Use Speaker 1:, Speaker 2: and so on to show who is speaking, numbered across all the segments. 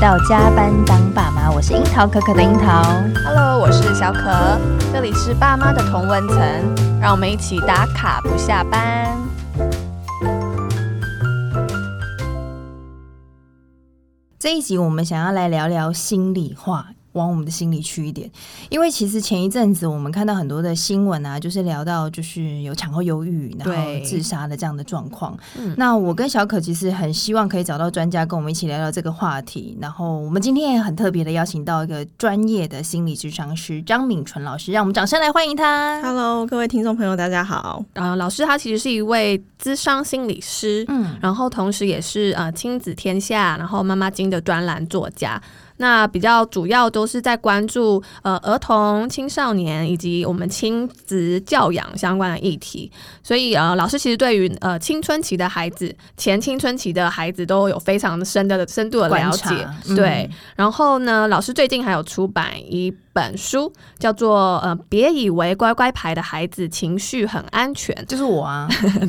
Speaker 1: 到加班当爸妈，我是樱桃可可的樱桃。
Speaker 2: Hello，我是小可，这里是爸妈的同温层，让我们一起打卡不下班。
Speaker 1: 这一集我们想要来聊聊心里话，往我们的心里去一点。因为其实前一阵子我们看到很多的新闻啊，就是聊到就是有产后忧郁，然后
Speaker 2: 对
Speaker 1: 自杀的这样的状况
Speaker 2: 嗯。
Speaker 1: 那我跟小可其实很希望可以找到专家跟我们一起聊聊这个话题。然后我们今天也很特别的邀请到一个专业的心理咨商师张敏纯老师，让我们掌声来欢迎他。
Speaker 3: Hello，各位听众朋友，大家好。
Speaker 2: 呃，老师他其实是一位资商心理师，
Speaker 1: 嗯，
Speaker 2: 然后同时也是呃亲子天下，然后妈妈经的专栏作家。那比较主要都是在关注呃儿童、青少年以及我们亲子教养相关的议题，所以呃老师其实对于呃青春期的孩子、前青春期的孩子都有非常深的深度的了
Speaker 1: 嗯观察
Speaker 2: 解，嗯对。，然后呢，老师最近还有出版一本书，叫做《呃，别以为乖乖牌的孩子情绪很安全》
Speaker 1: 嗯，就是我啊。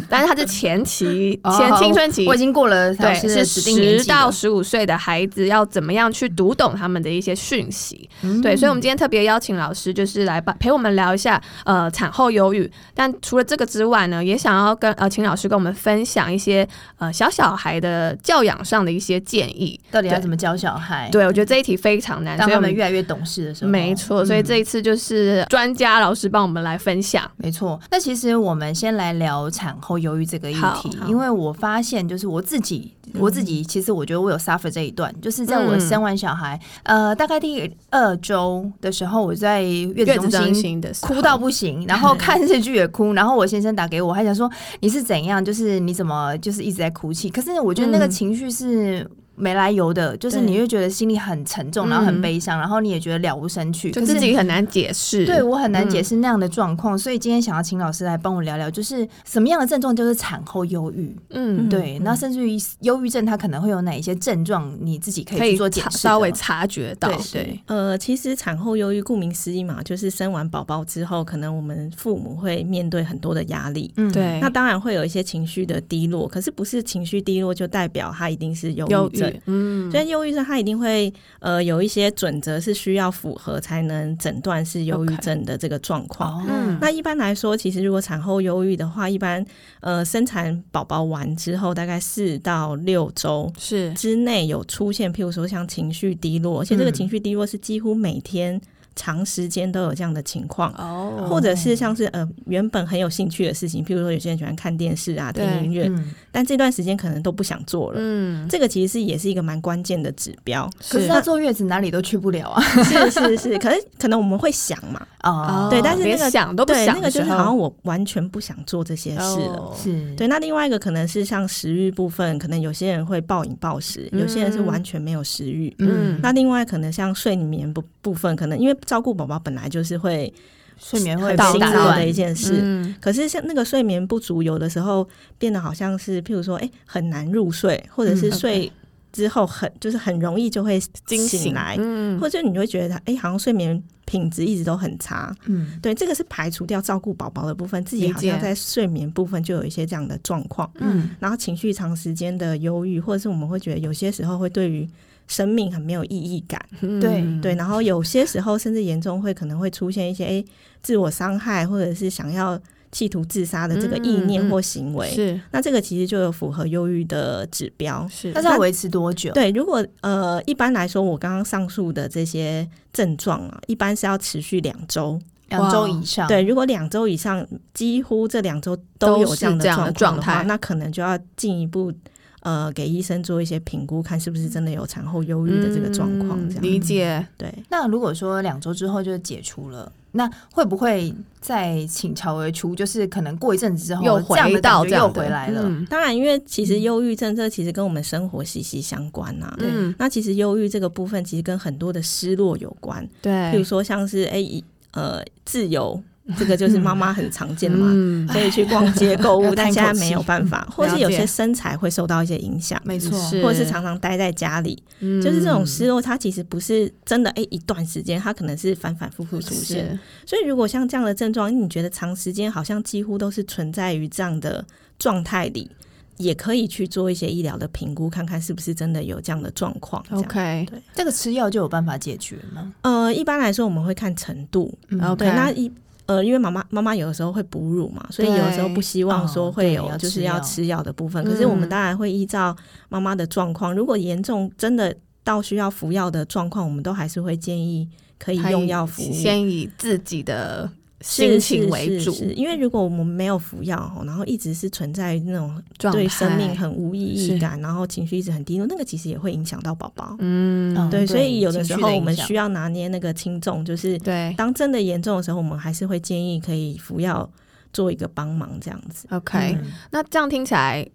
Speaker 2: 但是它是前 期
Speaker 1: 哦
Speaker 2: 前青春期
Speaker 1: 我已。经过了老
Speaker 2: 对，
Speaker 1: 师的
Speaker 2: 是
Speaker 1: 指定年
Speaker 2: 十
Speaker 1: 纪了
Speaker 2: 到十五岁的孩子要怎么样去读懂他们的一些讯息？对，嗯所以我
Speaker 1: 嗯
Speaker 2: 们今天特别邀请老师，就是来把陪我们聊一下呃产后忧郁。但除了这个之外呢，也想要跟呃请老师跟我们分享一些呃小小孩的教养上的一些建议。
Speaker 1: 到底要怎么教小孩，
Speaker 2: 对，我觉得这一题非常难，
Speaker 1: 让
Speaker 2: 所以
Speaker 1: 他
Speaker 2: 我
Speaker 1: 们
Speaker 2: 们
Speaker 1: 越来越懂事的时候，
Speaker 2: 没错，所以
Speaker 1: 嗯
Speaker 2: 这一次就是专家老师帮我们来分享。
Speaker 1: 没错，那其实我们先来聊产后忧郁这个议
Speaker 2: 好
Speaker 1: 题，
Speaker 2: 好
Speaker 1: 因为我发现就是我自己，我自己其实我觉得我有 suffer 这一段，就是在我
Speaker 2: 嗯
Speaker 1: 生完小孩，呃，大概第二周的时候，我在月子
Speaker 2: 月子嗯中
Speaker 1: 中心。
Speaker 2: 心的时候
Speaker 1: 哭到不 行，然后看日剧也哭，然后我先生打给我，还想说你是怎样，就是你怎么就是一直在哭泣。可是我觉得那个
Speaker 2: 嗯
Speaker 1: 情绪是没来由的，就是你
Speaker 2: 对嗯
Speaker 1: 会觉得心里很沉重，然后很悲伤，然后你也觉得了无生趣，
Speaker 2: 就
Speaker 1: 可是
Speaker 2: 自己很难解释。
Speaker 1: 对我很难解释那样的状况，所以今天想要请老师来帮我聊聊，就是什么样的症状就是产后忧郁？
Speaker 2: 嗯，对，
Speaker 1: 对，那甚至于忧郁症它可能会有哪一些症状，你自己可
Speaker 2: 可
Speaker 1: 以去
Speaker 2: 以
Speaker 1: 做解
Speaker 2: 察
Speaker 1: 释的
Speaker 2: 稍微
Speaker 1: 吗
Speaker 2: 察觉到
Speaker 1: 对，
Speaker 2: 对，
Speaker 3: 呃，其实产后忧郁，顾名思义嘛，就是生完宝宝之后，可能我们父母会面对很多的压力。
Speaker 1: 嗯
Speaker 2: 对
Speaker 3: 那当然会有一些情绪的低落，可是不是情绪低落就代表他一定是忧
Speaker 2: 忧
Speaker 3: 郁症。
Speaker 2: 郁，嗯，
Speaker 3: 所以忧郁症它一定会呃有一些准则是需要符合才能诊断是忧郁
Speaker 2: OK
Speaker 3: 症的这个状况。
Speaker 1: 哦，
Speaker 2: 嗯
Speaker 3: 那一般来说，其实如果产后忧郁的话，一般呃生产宝宝完之后，大概四到六周
Speaker 2: 是
Speaker 3: 之内有出现，譬如说像情绪低落，而且这个
Speaker 1: 嗯
Speaker 3: 情绪低落是几乎每天长时间都有这样的情况。
Speaker 2: 哦，
Speaker 3: 或者是像是呃原本很有兴趣的事情，譬如说有些人喜欢看电视啊、听
Speaker 2: 对
Speaker 3: 音乐，
Speaker 1: 嗯，
Speaker 3: 但这段时间可能都不想做了。
Speaker 2: 嗯，
Speaker 3: 这个其实是也是一个蛮关键的指 标。
Speaker 1: 可是
Speaker 2: 是
Speaker 1: 他坐月子哪里都去不了啊，
Speaker 3: 是是是，可是可能我们会想嘛，
Speaker 1: 哦，
Speaker 3: 对但是那个
Speaker 2: 连想都不
Speaker 3: 对，
Speaker 2: 想
Speaker 3: 那
Speaker 2: 的
Speaker 3: 个
Speaker 2: 时
Speaker 3: 就是
Speaker 2: 候，
Speaker 3: 好像我完全不想做这些事了。
Speaker 2: 哦，
Speaker 1: 是，
Speaker 3: 对，那另外一个可能是像食欲部分，可能有些人会暴饮暴食，有些人是
Speaker 2: 嗯
Speaker 3: 完全没有食欲。
Speaker 1: 嗯，
Speaker 3: 那另外可能像睡眠部部分，可能因为照顾宝宝本来就是会
Speaker 1: 睡眠会
Speaker 3: 很
Speaker 1: 被
Speaker 3: 辛
Speaker 1: 打
Speaker 3: 苦的一
Speaker 1: 乱，
Speaker 3: 件事。
Speaker 2: 嗯
Speaker 3: 可是像那个睡眠不足，有的时候变得好像是，譬如说，哎、很难入睡，或者
Speaker 1: 嗯
Speaker 3: 是
Speaker 1: ，OK
Speaker 3: 睡之后很、就是很容易就会
Speaker 2: 惊
Speaker 3: 醒
Speaker 2: 醒
Speaker 3: 来，
Speaker 2: 嗯，
Speaker 3: 或者你会觉得，哎、好像睡眠品质一直都很差。
Speaker 1: 嗯，
Speaker 3: 对，这个是排除掉照顾宝宝的部分，自己
Speaker 2: 理
Speaker 3: 好
Speaker 2: 解
Speaker 3: 像在睡眠部分就有一些这样的状况。
Speaker 1: 嗯，
Speaker 3: 然后情绪长时间的忧郁，或者是我们会觉得有些时候会对于生命很没有意义感，
Speaker 1: 对
Speaker 2: 嗯
Speaker 3: 对。然后有些时候甚至严重会可能会出现一些诶自我伤害，或者是想要企图自杀的这个意念
Speaker 2: 嗯嗯
Speaker 3: 或行为。
Speaker 2: 是
Speaker 3: 那这个其实就有符合忧郁的指标。
Speaker 2: 是，
Speaker 1: 那是要维持多久？
Speaker 3: 对，如果呃，一般来说，我刚刚上述的这些症状啊，一般是要持续两周。
Speaker 1: 两周以上，
Speaker 3: 对，如果两周以上，几乎这两周
Speaker 2: 都
Speaker 3: 都有
Speaker 2: 是
Speaker 3: 这样
Speaker 2: 这样的
Speaker 3: 的状
Speaker 2: 状
Speaker 3: 况的
Speaker 2: 态
Speaker 3: 话那可能就要进一步呃给医生做一些评估，看是不是真的有产后忧郁的这个状况。
Speaker 2: 嗯
Speaker 3: 这样、
Speaker 2: 理解，
Speaker 3: 对，
Speaker 1: 那如果说两周之后就解除了，那会不会再倾巢而出？就是可能过一阵子之后，
Speaker 2: 又
Speaker 1: 这样
Speaker 2: 回
Speaker 1: 的
Speaker 2: 到
Speaker 1: 感觉
Speaker 2: 这样
Speaker 1: 又
Speaker 2: 的
Speaker 1: 回来了。
Speaker 2: 嗯
Speaker 3: 当然，因为其实忧郁症这其实跟我们生活息息相关呐、
Speaker 1: 对
Speaker 2: 嗯，
Speaker 3: 那其实忧郁这个部分，其实跟很多的失落有关，
Speaker 2: 嗯对，
Speaker 3: 譬如说像是哎、一呃自由，这个就是妈妈很常见的嘛。
Speaker 2: 嗯，
Speaker 3: 所以去逛街购
Speaker 1: 要叹
Speaker 3: 物，但现在
Speaker 1: 口气
Speaker 3: 没有办法，或
Speaker 2: 了
Speaker 3: 是有
Speaker 2: 解
Speaker 3: 些身材会受到一些影响，
Speaker 1: 没错，
Speaker 2: 是
Speaker 3: 或者是常常待在家里，
Speaker 2: 嗯
Speaker 3: 就是这种失落，它其实不是真的哎、诶一段时间，它可能是反反复复出现。
Speaker 2: 是
Speaker 3: 所以如果像这样的症状，你觉得长时间好像几乎都是存在于这样的状态里，也可以去做一些医疗的评估，看看是不是真的有这样的状况。这样
Speaker 2: ，OK，
Speaker 1: 这个吃药就有办法解决吗？嗯
Speaker 3: 呃，一般来说我们会看程度，
Speaker 2: 然后
Speaker 3: 对，那一呃，因为妈妈妈妈有的时候会哺乳嘛，所以有的时候
Speaker 2: 对
Speaker 3: 不希望说
Speaker 1: 哦
Speaker 3: 会
Speaker 1: 对
Speaker 3: 有
Speaker 1: 要
Speaker 3: 就是
Speaker 1: 吃
Speaker 3: 要
Speaker 1: 药
Speaker 3: 吃药的部分。可是我们
Speaker 2: 嗯
Speaker 3: 当然会依照妈妈的状况，如果严重真的到需要服药的状况，我们都还是会建议可以用药服务。
Speaker 2: 先以自己的
Speaker 3: 是
Speaker 2: 心情为主
Speaker 3: 是，是是因为如果我们没有服药吼然后一直是存在那种
Speaker 2: 状态
Speaker 3: 对生命很无意义
Speaker 2: 是
Speaker 3: 感，然后情绪一直很低落，那个其实也会影响到宝宝。
Speaker 2: 嗯，
Speaker 1: 嗯
Speaker 3: 对，所
Speaker 1: 对
Speaker 3: 以有的
Speaker 1: 情
Speaker 3: 时
Speaker 1: 绪的
Speaker 3: 候我
Speaker 1: 影
Speaker 3: 们
Speaker 1: 响
Speaker 3: 需要拿捏那个轻重，就是
Speaker 2: 对
Speaker 3: 当真的严重的时候，我们还是会建议可以服药做一个帮忙这样子。
Speaker 2: ，OK，
Speaker 1: 嗯
Speaker 2: 那这样听起来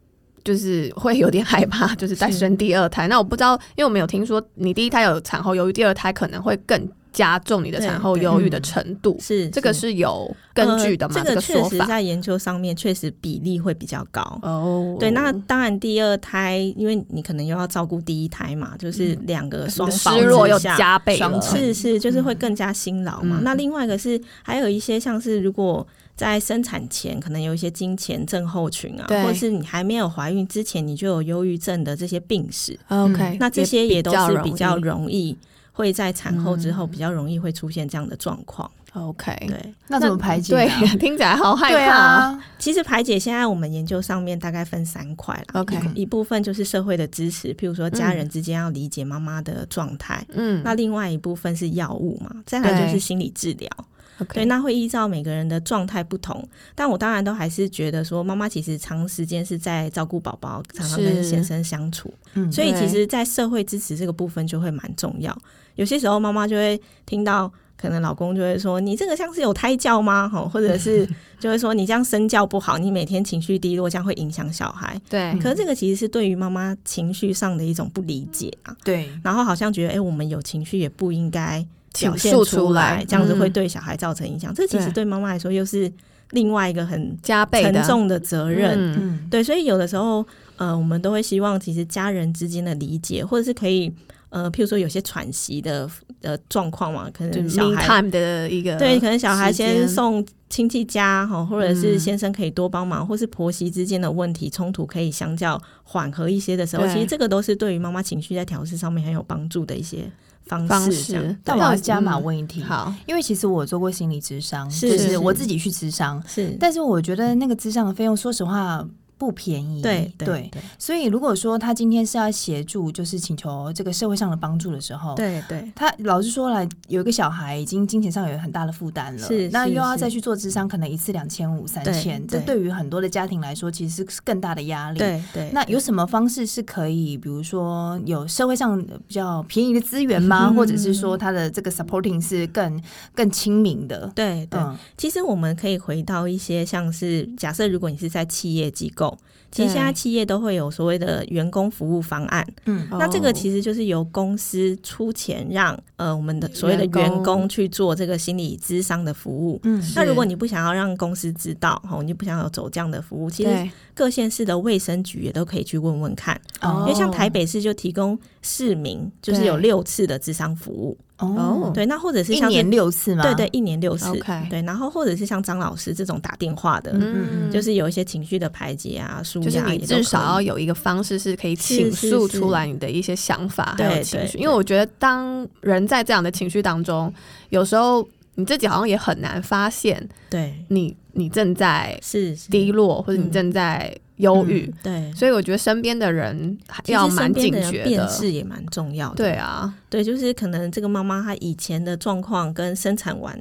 Speaker 2: 就是会有点害怕， 就是在
Speaker 3: 是
Speaker 2: 生第二胎。那我不知道，因为我们有听说你第一胎有产后忧郁，第二胎可能会更加重你的
Speaker 3: 对
Speaker 2: 产后
Speaker 3: 对
Speaker 2: 忧郁的
Speaker 1: 嗯
Speaker 2: 程度。
Speaker 3: 是
Speaker 2: 这个是有根据的吗？
Speaker 3: 呃这个
Speaker 2: 说
Speaker 3: 确实
Speaker 2: 法
Speaker 3: 在研究上面确实比例会比较高。
Speaker 2: 哦，
Speaker 3: 对，那当然第二胎，因为你可能又要照顾第一胎嘛，就是两个
Speaker 2: 你
Speaker 3: 双
Speaker 2: 的
Speaker 3: 方
Speaker 2: 嗯失落又
Speaker 3: 之下
Speaker 2: 加倍了
Speaker 1: 双，重
Speaker 3: 是是，就是会更加辛劳嘛。
Speaker 2: 嗯
Speaker 3: 那另外一个是，还有一些像是如果在生产前可能有一些经前症候群啊，
Speaker 2: 对
Speaker 3: 或是你还没有怀孕之前你就有忧郁症的这些病史，
Speaker 2: OK，
Speaker 3: 那这些也都是比较
Speaker 2: 容易
Speaker 3: 容易会在产后之
Speaker 2: 嗯
Speaker 3: 后比较容易会出现这样的状况。
Speaker 2: OK。
Speaker 3: 对，
Speaker 1: 那怎么排解
Speaker 2: 对
Speaker 1: 啊？，
Speaker 2: 听起来好害
Speaker 1: 对
Speaker 2: 怕哦。
Speaker 1: 啊，
Speaker 3: 其实排解现在我们研究上面大概分三块啦
Speaker 2: OK
Speaker 3: 一一部分就是社会的支持，譬如说家
Speaker 2: 嗯
Speaker 3: 人之间要理解妈妈的状态。
Speaker 2: 嗯，
Speaker 3: 那另外一部分是药物嘛，再来就
Speaker 2: 对
Speaker 3: 是心理治疗。对，
Speaker 2: OK，
Speaker 3: 那会依照每个人的状态不同，但我当然都还是觉得说，妈妈其实长时间是在照顾宝宝，常常跟
Speaker 2: 是
Speaker 3: 先生相处，
Speaker 1: 嗯
Speaker 3: 所以
Speaker 2: 对
Speaker 3: 其实，在社会支持这个部分就会蛮重要。有些时候，妈妈就会听到，可能老公就会说：“你这个像是有胎教吗？”吼，或者是就会说：“你这样身教不好，你每天情绪低落，这样会影响小孩。”
Speaker 2: 对
Speaker 3: 可是这个其实是对于妈妈情绪上的一种不理解啊，
Speaker 1: 对，
Speaker 3: 然后好像觉得，哎、我们有情绪也不应该表
Speaker 2: 倾
Speaker 3: 现
Speaker 2: 诉嗯
Speaker 3: 出来，这样子会对小孩造成影响。这其实
Speaker 2: 对
Speaker 3: 对妈妈来说又是另外一个很
Speaker 2: 加倍的
Speaker 3: 沉重的责任。
Speaker 2: 嗯
Speaker 1: 嗯，
Speaker 3: 对，所以有的时候，呃，我们都会希望其实家人之间的理解，或者是可以，呃，譬如说有些喘息的呃状况嘛，可
Speaker 2: 就
Speaker 3: 能小
Speaker 2: me
Speaker 3: 孩。
Speaker 2: time 嗯的一个
Speaker 3: 对，可能小孩
Speaker 2: 时间
Speaker 3: 先送亲戚家哈，或者是
Speaker 2: 嗯
Speaker 3: 先生可以多帮忙，或是婆媳之间的问题冲突可以相较缓和一些的时候，
Speaker 2: 对
Speaker 3: 其实这个都是对于妈妈情绪在调试上面很有帮助的一些方式。
Speaker 2: 方
Speaker 3: 这样啊
Speaker 2: 式。
Speaker 1: 但我要加码
Speaker 2: 嗯
Speaker 1: 问一题，
Speaker 2: 好，
Speaker 1: 因为其实我做过心理智商，
Speaker 3: 是
Speaker 1: 就是
Speaker 3: 是
Speaker 1: 我自己去智商，
Speaker 3: 是，
Speaker 1: 但是我觉得那个智商的费用，说实话不便宜。
Speaker 3: 对对
Speaker 1: 所以如果说他今天是要协助，就是请求这个社会上的帮助的时
Speaker 2: 哦
Speaker 1: 候，
Speaker 3: 对对
Speaker 1: 他老实说了，有一个小孩已经金钱上有很大的负担了，
Speaker 3: 是
Speaker 1: 那
Speaker 3: 是
Speaker 1: 又要
Speaker 3: 是
Speaker 1: 再去做智商，可能一次两千五、三千，
Speaker 3: 对
Speaker 1: 这对于很多的家庭来说，其实是更大的压力。。
Speaker 3: 对对。
Speaker 1: 那有什么方式是可以，比如说有社会上比较便宜的资源吗？
Speaker 3: 嗯
Speaker 1: 或者是说他的这个 supporting 是更更亲民的？
Speaker 3: 对对，
Speaker 1: 嗯，
Speaker 3: 其实我们可以回到一些像是假设，如果你是在企业机构，其实
Speaker 2: 对
Speaker 3: 现在企业都会有所谓的员工服务方案。
Speaker 1: 嗯
Speaker 3: 那这个
Speaker 2: 实
Speaker 3: 其实就是由公司出钱让呃我们的所谓的
Speaker 2: 员工
Speaker 3: 员工去做这个心理咨商的服务。
Speaker 1: 嗯
Speaker 3: 那如果你不想要让公司知道，哦，你不想要走这样的服务，其实
Speaker 2: 对
Speaker 3: 各县市的卫生局也都可以去问问看，
Speaker 2: 哦
Speaker 3: 因为像台北市就提供市民就是有
Speaker 2: 对
Speaker 3: 六次的智商服务，
Speaker 2: 嗯
Speaker 1: 哦，
Speaker 3: 对，那或者是
Speaker 1: 一
Speaker 3: 像是
Speaker 1: 年六次吗？
Speaker 3: 对对，，一年六次。
Speaker 2: OK
Speaker 3: 对，然后或者是像张老师这种打电话的，
Speaker 2: 嗯，
Speaker 3: 就是有一些情绪的排解啊、舒
Speaker 2: 就是
Speaker 3: 压也
Speaker 2: 你
Speaker 3: 都可以，
Speaker 2: 至少要有一个方式是可以倾诉出来你的一些想法
Speaker 3: 是是
Speaker 2: 还有
Speaker 3: 对
Speaker 2: 情绪，
Speaker 3: 对
Speaker 2: 因为我觉得当人在这样的情绪当中，有时候你自己好像也很难发现
Speaker 3: 对，
Speaker 2: 你你正在
Speaker 3: 是是
Speaker 2: 低落或者你
Speaker 3: 嗯
Speaker 2: 正在忧郁，
Speaker 3: 对。
Speaker 2: 所以我觉得身边的人还
Speaker 3: 其
Speaker 2: 要
Speaker 3: 实
Speaker 2: 蛮
Speaker 3: 身边
Speaker 2: 警
Speaker 3: 的人
Speaker 2: 觉
Speaker 3: 辨
Speaker 2: 的，
Speaker 3: 识也蛮重要的，
Speaker 2: 对啊，
Speaker 3: 对，就是可能这个妈妈她以前的状况跟生产完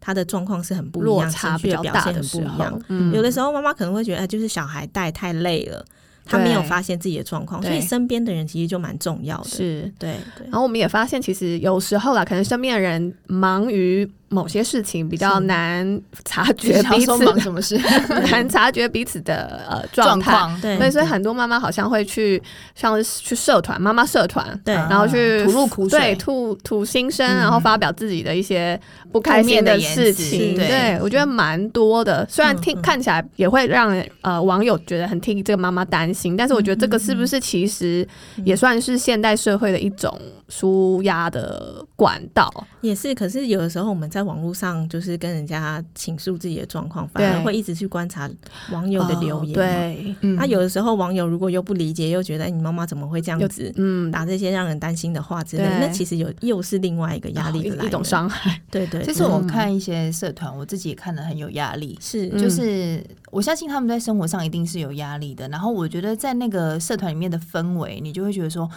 Speaker 3: 她的状况是很不一
Speaker 2: 落
Speaker 3: 样，情
Speaker 2: 差
Speaker 3: 绪
Speaker 2: 比较
Speaker 3: 的表
Speaker 2: 大
Speaker 3: 现
Speaker 2: 的
Speaker 3: 很不
Speaker 2: 时
Speaker 3: 一样
Speaker 2: 候。，嗯
Speaker 3: 有的时候妈妈可能会觉得，哎，就是小孩带太累了，她没有
Speaker 2: 对
Speaker 3: 发现自己的状况，所以
Speaker 2: 对
Speaker 3: 身边的人其实就蛮重要的。
Speaker 2: 是哦
Speaker 3: 对对
Speaker 2: 然后我们也发现，其实有时候啦，可能身边的人忙于某些事情，比较
Speaker 3: 是
Speaker 2: 难察
Speaker 1: 你
Speaker 2: 觉
Speaker 1: 想
Speaker 2: 彼
Speaker 1: 说
Speaker 2: 此
Speaker 1: 忙
Speaker 2: 的，
Speaker 1: 什么 事？
Speaker 2: 难察觉彼此的呃状
Speaker 1: 状
Speaker 2: 态。
Speaker 1: 况，
Speaker 3: 对
Speaker 2: 对，所以很多妈妈好像会去，像是去社团、妈妈社团，
Speaker 3: 对
Speaker 2: 然后去
Speaker 1: 嗯吐露苦
Speaker 2: 对
Speaker 1: 水，
Speaker 2: 吐吐心声，
Speaker 1: 嗯
Speaker 2: 然后发表自己的一些不开心事情。
Speaker 3: 负面的言辞
Speaker 2: 对我觉得蛮多的，虽然听、
Speaker 3: 嗯嗯
Speaker 2: 看起来也会让人呃网友觉得很替这个妈妈担心，但是我觉得这个是
Speaker 3: 嗯
Speaker 2: 不是其实也算是现代社会的一种舒压的管道？
Speaker 3: 也是，可是有的时候我们在网络上就是跟人家倾诉自己的状况，反而
Speaker 2: 对
Speaker 3: 会一直去观察网友的留言、
Speaker 2: 哦，对，
Speaker 1: 嗯
Speaker 3: 那、有的时候网友如果又不理解，又觉得哎你妈妈怎么会这样子
Speaker 2: 嗯，
Speaker 3: 打这些让人担心的话之类的，
Speaker 2: 对哦
Speaker 3: 那其实有又是另外一个压力的来
Speaker 2: 一
Speaker 3: 源
Speaker 2: 一种，伤害，
Speaker 3: 对对
Speaker 1: 其
Speaker 3: 对
Speaker 1: 实我
Speaker 2: 嗯
Speaker 1: 看一些社团，我自己也看得很有压力。
Speaker 3: 是
Speaker 2: 嗯
Speaker 1: 就是我相信他们在生活上一定是有压力的。然后我觉得在那个社团里面的氛围，你就会觉得说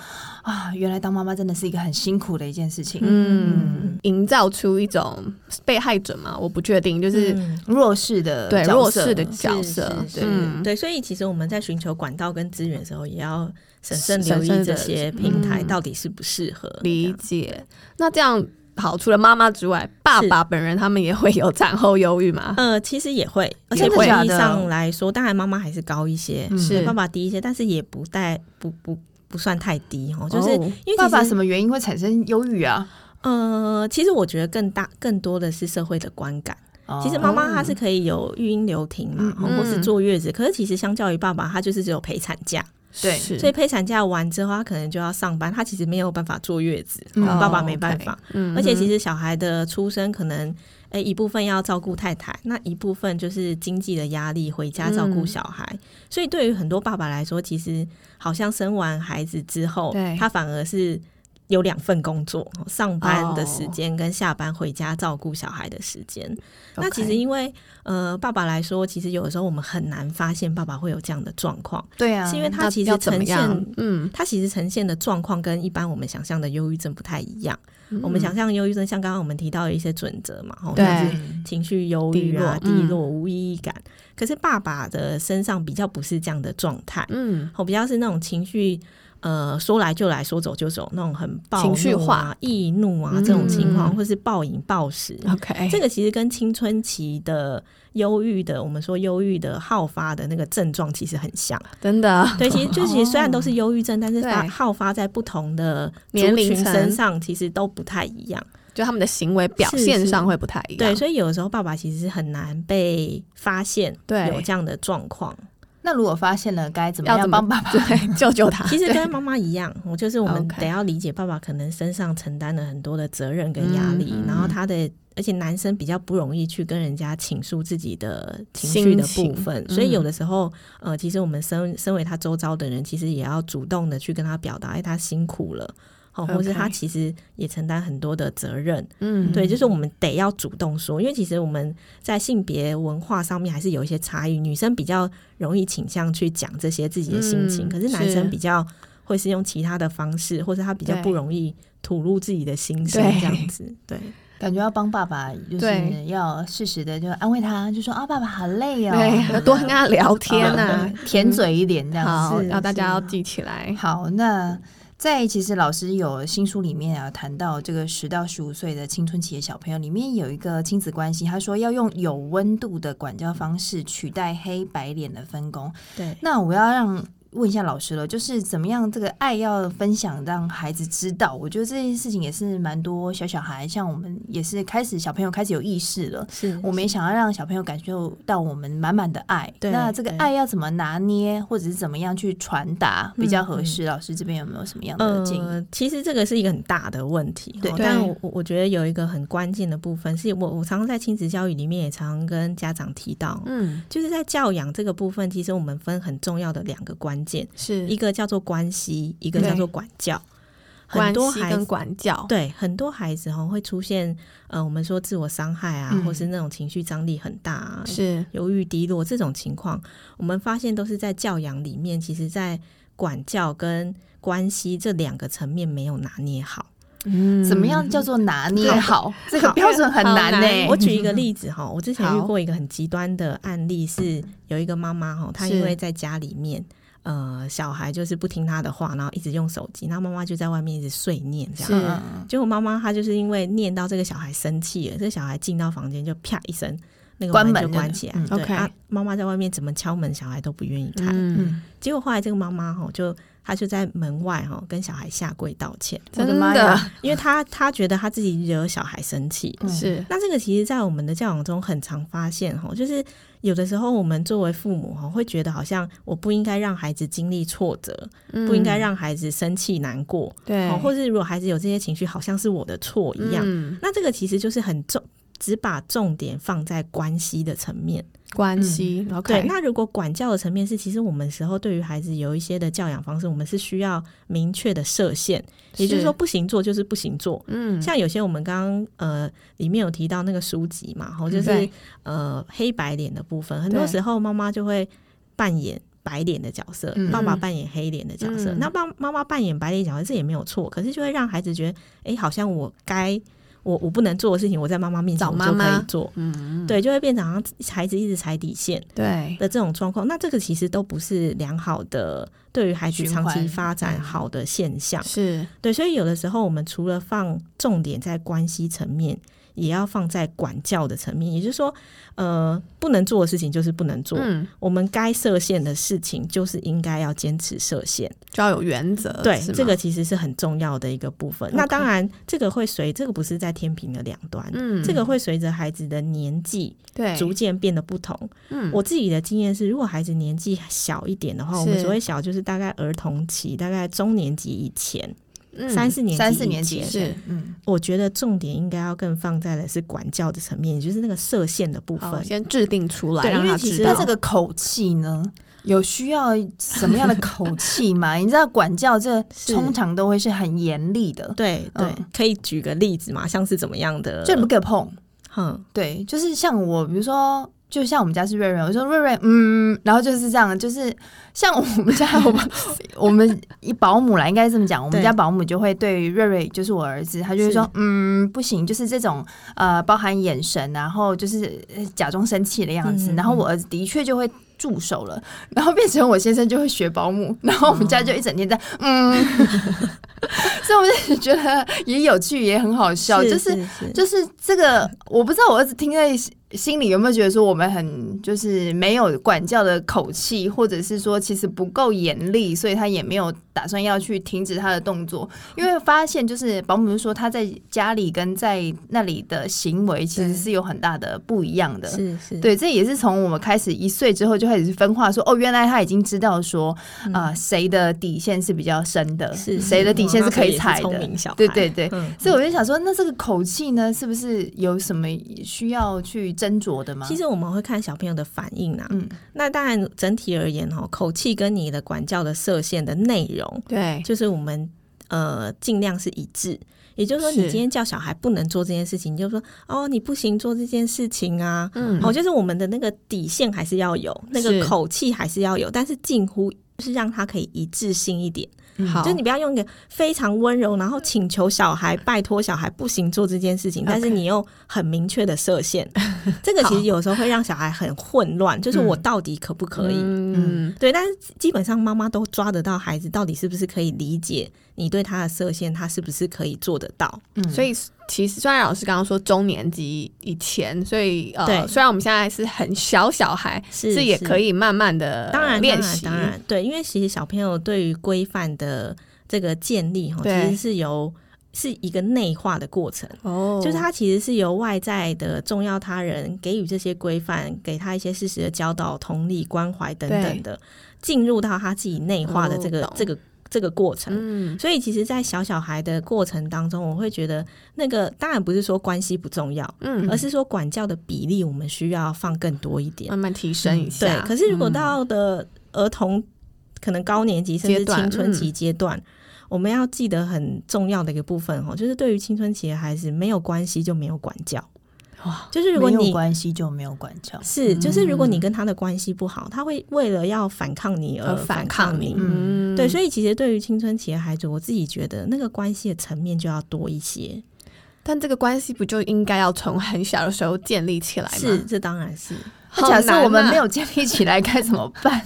Speaker 1: 啊，原来当妈妈真的是一个很辛苦的一件事情。
Speaker 2: 嗯，营造出一种被害者嘛，我不确定，就是、
Speaker 3: 嗯
Speaker 1: 弱势的
Speaker 2: 对
Speaker 1: 角
Speaker 2: 弱
Speaker 1: 色
Speaker 2: 势的角色，
Speaker 3: 是是
Speaker 1: 对
Speaker 2: 嗯，
Speaker 3: 对，所以其实我们在寻求管道跟资源的时候，也要审慎
Speaker 2: 审
Speaker 3: 留意
Speaker 2: 慎地
Speaker 3: 这些平台
Speaker 2: 嗯
Speaker 3: 到底适不适合。
Speaker 2: 理解。那这样好，除了妈妈之外，爸爸本人他们也会有产后忧郁吗？
Speaker 3: 呃，其实也会，而且
Speaker 2: 哦真的
Speaker 3: 比
Speaker 1: 假
Speaker 3: 例
Speaker 1: 的
Speaker 3: 上来说，当然妈妈还是高一些，
Speaker 1: 嗯
Speaker 2: 是
Speaker 3: 爸爸低一些，但是也不带不不不算太低哦，就是、
Speaker 2: 哦
Speaker 3: 因为
Speaker 1: 爸爸什
Speaker 3: 么
Speaker 1: 么原因会产生忧郁啊？
Speaker 3: 呃，其实我觉得更大更多的是社会的观感。其实妈
Speaker 1: 哦
Speaker 3: 妈她是可以有育婴留停嘛，
Speaker 1: 嗯
Speaker 3: 哦或是坐月子，可是其实相较于爸爸，他就是只有陪产假，
Speaker 1: 对
Speaker 2: 是
Speaker 3: 所以陪产假完之后，他可能就要上班，他其实没有办法坐月子，
Speaker 1: 嗯
Speaker 3: 哦爸爸
Speaker 2: 哦
Speaker 3: 没办
Speaker 2: OK
Speaker 3: 法。
Speaker 2: 嗯
Speaker 3: 而且其实小孩的出生可能，诶、一部分要照顾太太，那一部分就是经济的压力，回家照
Speaker 2: 嗯
Speaker 3: 顾小孩。所以对于很多爸爸来说，其实好像生完孩子之后
Speaker 2: 对，
Speaker 3: 他反而是有两份工作，哦上班的时间跟下班回家照顾小孩的时间。
Speaker 2: 嗯
Speaker 3: 那其实因为呃，爸爸来说，其实有的时候我们很难发现爸爸会有这样的状况，
Speaker 1: 对啊，
Speaker 3: 是因为他
Speaker 2: 那
Speaker 3: 其
Speaker 2: 要
Speaker 3: 实
Speaker 2: 怎么
Speaker 3: 呈
Speaker 2: 样
Speaker 3: 现？
Speaker 2: 嗯，
Speaker 3: 它其实呈现的状况跟一般我们想象的忧郁症不太一样。
Speaker 2: 嗯
Speaker 3: 我们想象忧郁症，像刚刚我们提到的一些准则嘛，吼，
Speaker 2: 对
Speaker 3: 像是
Speaker 1: 嗯
Speaker 3: 情绪忧郁啊、
Speaker 2: 低
Speaker 3: 低
Speaker 2: 落
Speaker 3: 落、
Speaker 2: 嗯
Speaker 3: 无意义感。可是爸爸的身上比较不是这样的状态，
Speaker 2: 嗯，
Speaker 3: 吼，比较是那种情绪。呃，说来就来，说走就走，那种很暴、啊
Speaker 2: 情绪化、
Speaker 3: 易怒啊这种情况，
Speaker 2: 嗯
Speaker 3: 或是暴饮暴食，
Speaker 2: 嗯 OK，
Speaker 3: 这个其实跟青春期的忧郁的，我们说忧郁的好发的那个症状其实很像。
Speaker 2: 真的
Speaker 3: 对，其实就其实虽然都是忧郁症，但是发
Speaker 2: 哦对
Speaker 3: 好发在不同的
Speaker 2: 年
Speaker 3: 族
Speaker 2: 龄
Speaker 3: 群
Speaker 2: 层
Speaker 3: 身上，其实都不太一样。
Speaker 2: 就他们的行为表
Speaker 3: 是
Speaker 2: 现
Speaker 3: 是
Speaker 2: 上会不太一样，
Speaker 3: 对，所以有的时候爸爸其实是很难被发现
Speaker 2: 对
Speaker 3: 有这样的状况。
Speaker 1: 那如果发现了该怎么
Speaker 2: 要
Speaker 1: 样
Speaker 2: 怎么
Speaker 1: 帮爸爸？
Speaker 2: 对，救救他。
Speaker 3: 其实
Speaker 2: 对
Speaker 3: 跟妈妈一样，我就是我们
Speaker 2: OK
Speaker 3: 得要理解爸爸可能身上承担了很多的责任跟压力，
Speaker 2: 嗯嗯
Speaker 3: 然后他的。而且男生比较不容易去跟人家倾诉自己的情绪的
Speaker 2: 心情
Speaker 3: 部分，
Speaker 2: 嗯
Speaker 3: 所以有的时候，呃，其实我们身身为他周遭的人，其实也要主动的去跟他表达，哎，他辛苦了，哦，或是
Speaker 2: OK
Speaker 3: 他其实也承担很多的责任，
Speaker 2: 嗯，
Speaker 3: 对，就是我们得要主动说，因为其实我们在性别文化上面还是有一些差异，女生比较容易倾向去讲这些自己的心情，
Speaker 2: 嗯
Speaker 3: 可是男生
Speaker 2: 是
Speaker 3: 比较会是用其他的方式，或者他比较
Speaker 2: 对
Speaker 3: 不容易吐露自己的心声
Speaker 2: 对
Speaker 3: 这样子。对，
Speaker 1: 感觉要帮爸爸，就是
Speaker 2: 对
Speaker 1: 要适时的就安慰他，就说啊，爸爸好累哦，
Speaker 2: 对，要嗯多跟他聊天
Speaker 1: 呐，
Speaker 2: 呐。
Speaker 1: 啊 甜嘴一点这样子
Speaker 2: 好，
Speaker 3: 是
Speaker 2: 要大家要记起来。
Speaker 1: 好，那在其实老师有新书里面啊谈到这个十到十五岁的青春期的小朋友，里面有一个亲子关系，他说要用有温度的管教方式取代黑白脸的分工。
Speaker 3: 对，
Speaker 1: 那我要让。问一下老师了，就是怎么样这个爱要分享，让孩子知道。我觉得这件事情也是蛮多小小孩，像我们也是开始小朋友开始有意识了，
Speaker 3: 是
Speaker 1: 我们也想要让小朋友感受到我们满满的爱。
Speaker 3: 对
Speaker 1: 那这个爱要怎么拿捏，或者是怎么样去传达比较合适？老师这边有没有什么样的建议？
Speaker 3: 呃，其实这个是一个很大的问题，
Speaker 1: 对
Speaker 3: 哦
Speaker 2: 对
Speaker 3: 但我我我觉得有一个很关键的部分，是我我常常在亲子教育里面也常常跟家长提到，
Speaker 2: 嗯，
Speaker 3: 就是在教养这个部分，其实我们分很重要的两个关键，
Speaker 2: 是
Speaker 3: 一个叫做关系，一个
Speaker 2: 对
Speaker 3: 叫做管教。很
Speaker 2: 关
Speaker 3: 多
Speaker 2: 系
Speaker 3: 孩
Speaker 2: 跟
Speaker 3: 子
Speaker 2: 管教，
Speaker 3: 对很多孩子哦哈会出现呃，我们说自我伤害啊，
Speaker 1: 嗯
Speaker 3: 或是那种情绪张力很大、啊、
Speaker 2: 是
Speaker 3: 忧郁低落这种情况，我们发现都是在教养里面，其实在管教跟关系这两个层面没有拿捏好。
Speaker 2: 嗯
Speaker 1: 怎么样叫做拿捏好？这个
Speaker 3: 好
Speaker 1: 标准很难呢、
Speaker 2: 好
Speaker 3: 我举一个例子哈，我之前遇
Speaker 2: 好
Speaker 3: 过一个很极端的案例是，有一个妈妈哈，她
Speaker 2: 是
Speaker 3: 因为在家里面，呃，小孩就是不听她的话，然后一直用手机，那妈妈就在外面一直碎念这
Speaker 2: 是
Speaker 3: 样。
Speaker 1: 嗯，
Speaker 3: 结果妈妈她就是因为念到这个小孩生气了，这个小孩进到房间就啪一声，那个
Speaker 1: 关
Speaker 3: 门
Speaker 1: 门
Speaker 3: 就
Speaker 1: 了
Speaker 3: 关起来
Speaker 1: 嗯。
Speaker 3: 对
Speaker 2: OK
Speaker 3: 啊，妈妈在外面怎么敲门，小孩都不愿意开。
Speaker 2: 嗯，
Speaker 1: 嗯，
Speaker 3: 结果后来这个妈妈哈，就她就在门外哈跟小孩下跪道歉，
Speaker 1: 我
Speaker 2: 真
Speaker 1: 的妈呀，
Speaker 3: 因为她她觉得她自己惹小孩生气。
Speaker 1: 嗯
Speaker 2: 是
Speaker 3: 那这个其实，在我们的教养中很常发现哈，就是有的时候我们作为父母哈，会觉得好像我不应该让孩子经历挫折，
Speaker 2: 嗯
Speaker 3: 不应该让孩子生气难过，
Speaker 2: 对
Speaker 3: 哦，或是如果孩子有这些情绪，好像是我的错一样。
Speaker 2: 嗯
Speaker 3: 那这个其实就是很重只把重点放在关系的层面。
Speaker 2: 关系、
Speaker 3: 对，
Speaker 2: OK，
Speaker 3: 那如果管教的层面是，其实我们时候对于孩子有一些的教养方式，我们是需要明确的设限，也就是说，不行做就是不行做。
Speaker 2: 嗯，
Speaker 3: 像有些我们刚刚呃里面有提到那个书籍嘛，然后就
Speaker 2: 嗯对
Speaker 3: 是呃黑白脸的部分，很多
Speaker 2: 对
Speaker 3: 时候妈妈就会扮演白脸的角色，
Speaker 1: 嗯
Speaker 3: 爸爸扮演黑脸的角色。
Speaker 2: 嗯
Speaker 3: 那爸妈妈扮演白脸角色这也没有错，可是就会让孩子觉得，哎、好像我该我我不能做的事情，我在妈妈面前
Speaker 2: 找
Speaker 3: 我
Speaker 2: 妈嗯
Speaker 3: 就可
Speaker 2: 妈
Speaker 3: 以做，对，就会变成好像孩子一直踩底线。
Speaker 2: 对，
Speaker 3: 的这种状况，那这个其实都不是良好的对于孩子
Speaker 1: 循
Speaker 3: 长期
Speaker 1: 环
Speaker 3: 发展
Speaker 1: 嗯
Speaker 3: 好的现象。
Speaker 2: 是
Speaker 3: 对，所以有的时候我们除了放重点在关系层面，也要放在管教的层面。也就是说，呃，不能做的事情就是不能做，
Speaker 2: 嗯，
Speaker 3: 我们该设限的事情就是应该要坚持设限。
Speaker 2: 就要有原则，
Speaker 3: 对
Speaker 2: 呃是，吗
Speaker 3: 这个其实是很重要的一个部分。那
Speaker 2: OK
Speaker 3: 当然，这个会随这个不是在天平的两端，
Speaker 2: 嗯，
Speaker 3: 这个会随着孩子的年纪
Speaker 2: 对，
Speaker 3: 逐渐变得不同。
Speaker 2: 嗯，
Speaker 3: 我自己的经验是，如果孩子年纪小一点的话，我们
Speaker 2: 是
Speaker 3: 所谓小就是大概儿童期，大概中年级以前，
Speaker 2: 嗯
Speaker 3: 三四、年级
Speaker 1: 三四
Speaker 3: 以
Speaker 1: 年级
Speaker 3: 前
Speaker 2: 是
Speaker 1: 嗯，
Speaker 3: 我觉得重点应该要更放在的是管教的层面，也就是那个射线的部分
Speaker 2: 好，。先制定出来，
Speaker 3: 对
Speaker 2: 让
Speaker 3: 因为
Speaker 2: 他
Speaker 3: 其
Speaker 2: 知
Speaker 3: 实
Speaker 1: 那
Speaker 2: 道
Speaker 1: 这个口气呢，有需要什么样的口气吗？你知道管教这
Speaker 3: 是
Speaker 1: 通常都会是很严厉的，
Speaker 3: 对对、
Speaker 1: 嗯
Speaker 3: 可以举个例子嘛？像是怎么样的？
Speaker 1: 就你不给碰。
Speaker 3: 哼，
Speaker 1: 对，就是像我，比如说，就像我们家是瑞瑞，我说瑞瑞，嗯，然后就是这样，就是像我们家我 们我们一保姆啦，应该这么讲，我们
Speaker 3: 对
Speaker 1: 家保姆就会对瑞瑞，就是我儿子，他就会
Speaker 3: 是
Speaker 1: 说，嗯，不行，就是这种呃，包含眼神，然后就是呃假装生气的样子，
Speaker 3: 嗯
Speaker 1: 然后我儿子的确就会。住手了，然后变成我先生就会学保姆，然后我们家就一整天在嗯，
Speaker 3: 哦
Speaker 1: 所以我就觉得也有趣，也很好笑，就是
Speaker 3: 是
Speaker 1: 就是这个，我不知道我儿子听在心心里有没有觉得说我们很就是没有管教的口气，或者是说其实不够严厉，所以他也没有打算要去停止他的动作。因为发现就是保姆就说他在家里跟在那里的行为其实
Speaker 3: 对
Speaker 1: 是有很大的不一样的。
Speaker 3: 是是，
Speaker 1: 对，这也是从我们开始一岁之后就开始分化说，哦，原来他已经知道说
Speaker 3: 嗯
Speaker 1: 啊、谁的底线是比较深的，
Speaker 3: 是嗯
Speaker 1: 谁的底线
Speaker 3: 是
Speaker 1: 可以踩的
Speaker 3: 踩聪。明小孩，
Speaker 1: 对对对，
Speaker 3: 嗯。
Speaker 1: 所以我就想说，那这个口气呢，是不是有什么需要去斟酌的吗？
Speaker 3: 其，实我们会看小朋友的反应啊，
Speaker 1: 嗯，
Speaker 3: 那当然整体而言哦，口气跟你的管教的射线的内容
Speaker 2: 对，
Speaker 3: 就是我们呃尽量是一致。也就是说，你
Speaker 2: 是
Speaker 3: 今天叫小孩不能做这件事情，你就说哦，你不行做这件事情啊。
Speaker 2: 嗯，
Speaker 3: 哦，就是我们的那个底线还是要有，那个
Speaker 2: 是
Speaker 3: 口气还是要有，但是近乎就是让他可以一致性一点。
Speaker 1: 嗯
Speaker 2: 好，
Speaker 3: 就是你不要用一个非常温柔，然后请求小孩、拜托小孩不行做这件事情，但是
Speaker 2: OK
Speaker 3: 你又很明确的设 限。这个其实有时候会让小孩很混乱，就是我到底可不可以？
Speaker 2: 嗯，
Speaker 3: 对，但是基本上妈妈都抓得到孩子到底是不是可以理解你对他的设限，他是不是可以做得到？
Speaker 1: 嗯
Speaker 2: 所以其实虽然老师刚刚说中年级以前，所以呃，
Speaker 3: 对
Speaker 2: 虽然我们现在是很小小孩，
Speaker 3: 是
Speaker 2: 也可
Speaker 3: 以，
Speaker 2: 以慢慢的
Speaker 3: 当然
Speaker 2: 练习，
Speaker 3: 当然，当然对，因为其实小朋友对于规范的这个建立哈，
Speaker 2: 对
Speaker 3: 其实是由是一个内化的过程。
Speaker 2: 哦，
Speaker 3: 就是他其实是由外在的重要他人给予这些规范，给他一些适时的教导、同理、关怀等等的，进入到他自己内化的这个、
Speaker 2: 哦懂
Speaker 3: 这个这个过程。
Speaker 2: 嗯，
Speaker 3: 所以，其实，在小小孩的过程当中，我会觉得那个当然不是说关系不重要，
Speaker 2: 嗯
Speaker 3: 而是说管教的比例我们需要放更多一点。
Speaker 2: 慢慢提升一
Speaker 3: 对
Speaker 2: 下，，
Speaker 3: 可是如果
Speaker 2: 嗯
Speaker 3: 到的儿童可能高年级甚
Speaker 2: 阶
Speaker 3: 至
Speaker 2: 段
Speaker 3: 青春期阶段，
Speaker 2: 嗯
Speaker 3: 我们要记得很重要的一个部分哦，就是对于青春期的孩子，没有关系就没有管教。
Speaker 2: 哇，
Speaker 3: 就是如果
Speaker 1: 没有
Speaker 3: 你
Speaker 1: 关系就没有管教，
Speaker 3: 是，就是如果
Speaker 2: 嗯
Speaker 3: 你跟他的关系不好，他会为了要反抗你
Speaker 2: 而
Speaker 3: 而
Speaker 2: 呃反
Speaker 3: 抗
Speaker 2: 抗你，
Speaker 1: 嗯
Speaker 3: 对，所以其实对于青春期的孩子，我自己觉得那个关系的层面就要多一些。
Speaker 2: 但这个关系不就应该要从很小的时候建立起来吗？
Speaker 3: 是，这当然是
Speaker 1: 那
Speaker 2: 好
Speaker 1: 假
Speaker 2: 难啊，
Speaker 1: 设我们没有建立起来该怎么 办？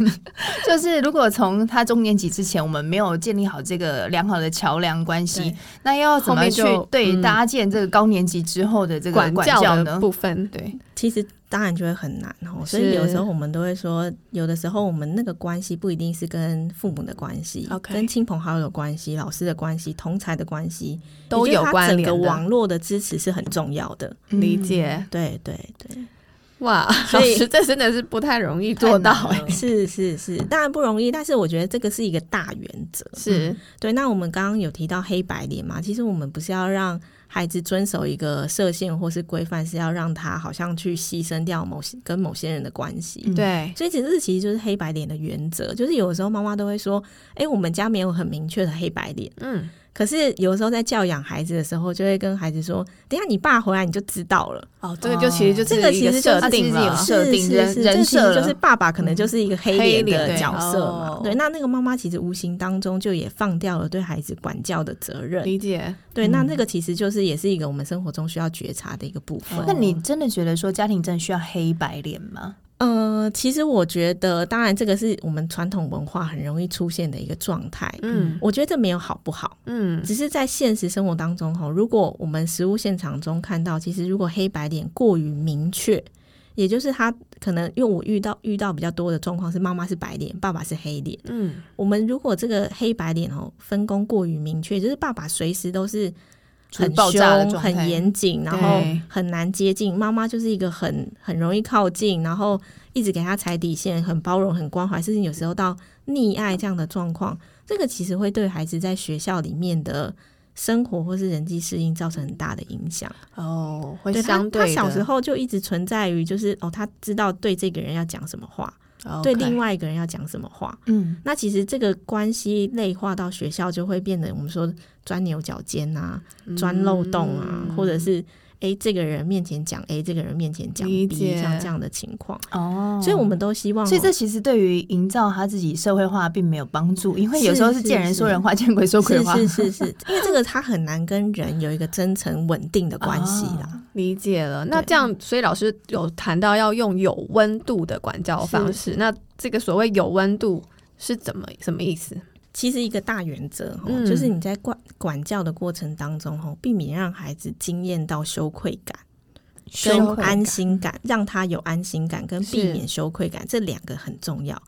Speaker 1: 就是如果从他中年级之前，我们没有建立好这个良好的桥梁关系
Speaker 3: 对，
Speaker 1: 那又要怎
Speaker 2: 后
Speaker 1: 么
Speaker 2: 面
Speaker 1: 去
Speaker 2: 就
Speaker 1: 对
Speaker 2: 嗯
Speaker 1: 搭建这个高年级之后的这个
Speaker 2: 管
Speaker 1: 管
Speaker 2: 教的
Speaker 1: 呢？
Speaker 2: 部分，
Speaker 1: 对，
Speaker 3: 其实当然就会很难哦。所以
Speaker 2: 是
Speaker 3: 有时候我们都会说，有的时候我们那个关系不一定是跟父母的关系
Speaker 2: OK
Speaker 3: 跟亲朋好友的关系、老师的关系、同才的关系
Speaker 2: 都
Speaker 3: 也就
Speaker 2: 有
Speaker 3: 是它
Speaker 2: 关联
Speaker 3: 整个
Speaker 2: 的
Speaker 3: 网络的支持是很重要的。
Speaker 1: 嗯
Speaker 2: 理解。
Speaker 3: 对对对，
Speaker 2: 哇，
Speaker 3: 所
Speaker 2: 老
Speaker 3: 以
Speaker 2: 师这真的是不太容易做到
Speaker 1: 太难了
Speaker 3: 是
Speaker 2: 欸
Speaker 3: 是是，当然不容易，但是我觉得这个是一个大原则。
Speaker 2: 是
Speaker 3: 对，那我们刚刚有提到黑白脸嘛，其实我们不是要让孩子遵守一个设限或是规范，是要让他好像去牺牲掉某些跟某些人的关系。
Speaker 1: 嗯
Speaker 2: 对，
Speaker 3: 所以其实这其实就是黑白脸的原则，就是有的时候妈妈都会说：“哎、我们家没有很明确的黑白脸。
Speaker 2: 嗯，”
Speaker 3: 可是有的时候在教养孩子的时候，就会跟孩子说：“等一下你爸回来你就知道了。
Speaker 2: 哦，这个就其实就是
Speaker 3: 这个
Speaker 2: 一
Speaker 3: 其实就
Speaker 2: 设
Speaker 3: 是
Speaker 2: 定
Speaker 1: 它其实有”，
Speaker 2: 了
Speaker 1: 设
Speaker 3: 是
Speaker 1: 定
Speaker 3: 是
Speaker 1: 人
Speaker 3: 是
Speaker 1: 人
Speaker 3: 这其实
Speaker 1: 设
Speaker 3: 就
Speaker 1: 了
Speaker 3: 是爸爸可能就是一个黑
Speaker 2: 黑
Speaker 3: 脸
Speaker 2: 脸
Speaker 3: 的
Speaker 2: 对
Speaker 3: 角色嘛。
Speaker 2: 哦
Speaker 3: 对，那那个妈妈其实无形当中就也放掉了对孩子管教的责任。
Speaker 2: 理解，
Speaker 3: 对，那
Speaker 1: 嗯
Speaker 3: 那个其实就是也是一个我们生活中需要觉察的一个部分。
Speaker 1: 哦那你真的觉得说家庭真的需要黑白脸吗？
Speaker 3: 呃，其实我觉得，当然这个是我们传统文化很容易出现的一个状态。
Speaker 2: 嗯
Speaker 3: 我觉得这没有好不好，
Speaker 2: 嗯，
Speaker 3: 只是在现实生活当中哈，如果我们实物现场中看到，其实如果黑白脸过于明确，也就是他可能因为我遇到遇到比较多的状况是妈妈是白脸，爸爸是黑脸。
Speaker 2: 嗯，
Speaker 3: 我们如果这个黑白脸哦分工过于明确，就是爸爸随时都是
Speaker 1: 处于
Speaker 3: 很
Speaker 1: 爆炸的
Speaker 3: 凶、
Speaker 1: 状态
Speaker 3: 很严谨，然后
Speaker 2: 对
Speaker 3: 很难接近。妈妈就是一个很很容易靠近，然后一直给他踩底线，很包容、很关怀，甚至有时候到溺爱这样的状况。这个其实会对孩子在学校里面的生活或是人际适应造成很大的影响。
Speaker 2: 哦，会
Speaker 3: 对他
Speaker 2: 相，
Speaker 3: 他
Speaker 2: 对
Speaker 3: 小
Speaker 2: 的
Speaker 3: 时候就一直存在于就是哦，他知道对这个人要讲什么话，对
Speaker 2: OK
Speaker 3: 另外一个人要讲什么话。
Speaker 1: 嗯，
Speaker 3: 那其实这个关系内化到学校，就会变得我们说钻牛角尖啊，
Speaker 1: 嗯
Speaker 3: 钻漏洞啊，
Speaker 2: 嗯
Speaker 3: 或者是 A 这个人面前讲 A，这个人面前讲
Speaker 2: 理
Speaker 3: B，
Speaker 2: 解
Speaker 3: 像这样的情况。
Speaker 1: 哦
Speaker 3: 所以我们都希望哦，
Speaker 1: 所以这其实对于营造他自己社会化并没有帮助，因为有时候是
Speaker 3: 是
Speaker 1: 见人
Speaker 3: 是
Speaker 1: 说人话，见鬼说鬼话。
Speaker 3: 是是是是，因为这个他很难跟人有一个真诚稳定的关系
Speaker 1: 啊
Speaker 3: 啦。
Speaker 2: 理解了，那
Speaker 3: 对
Speaker 2: 这样，所以老师有谈到要用有温度的管教方式。那这个所谓有温度是怎么什么意思？
Speaker 3: 其实一个大原则哦，
Speaker 2: 嗯
Speaker 3: 就是你在管管教的过程当中哦，避免让孩子经验到羞愧感。
Speaker 1: 羞
Speaker 3: 跟
Speaker 1: 愧
Speaker 3: 安心感，让他有安心感跟避
Speaker 2: 是
Speaker 3: 免羞愧感，这两个很重要。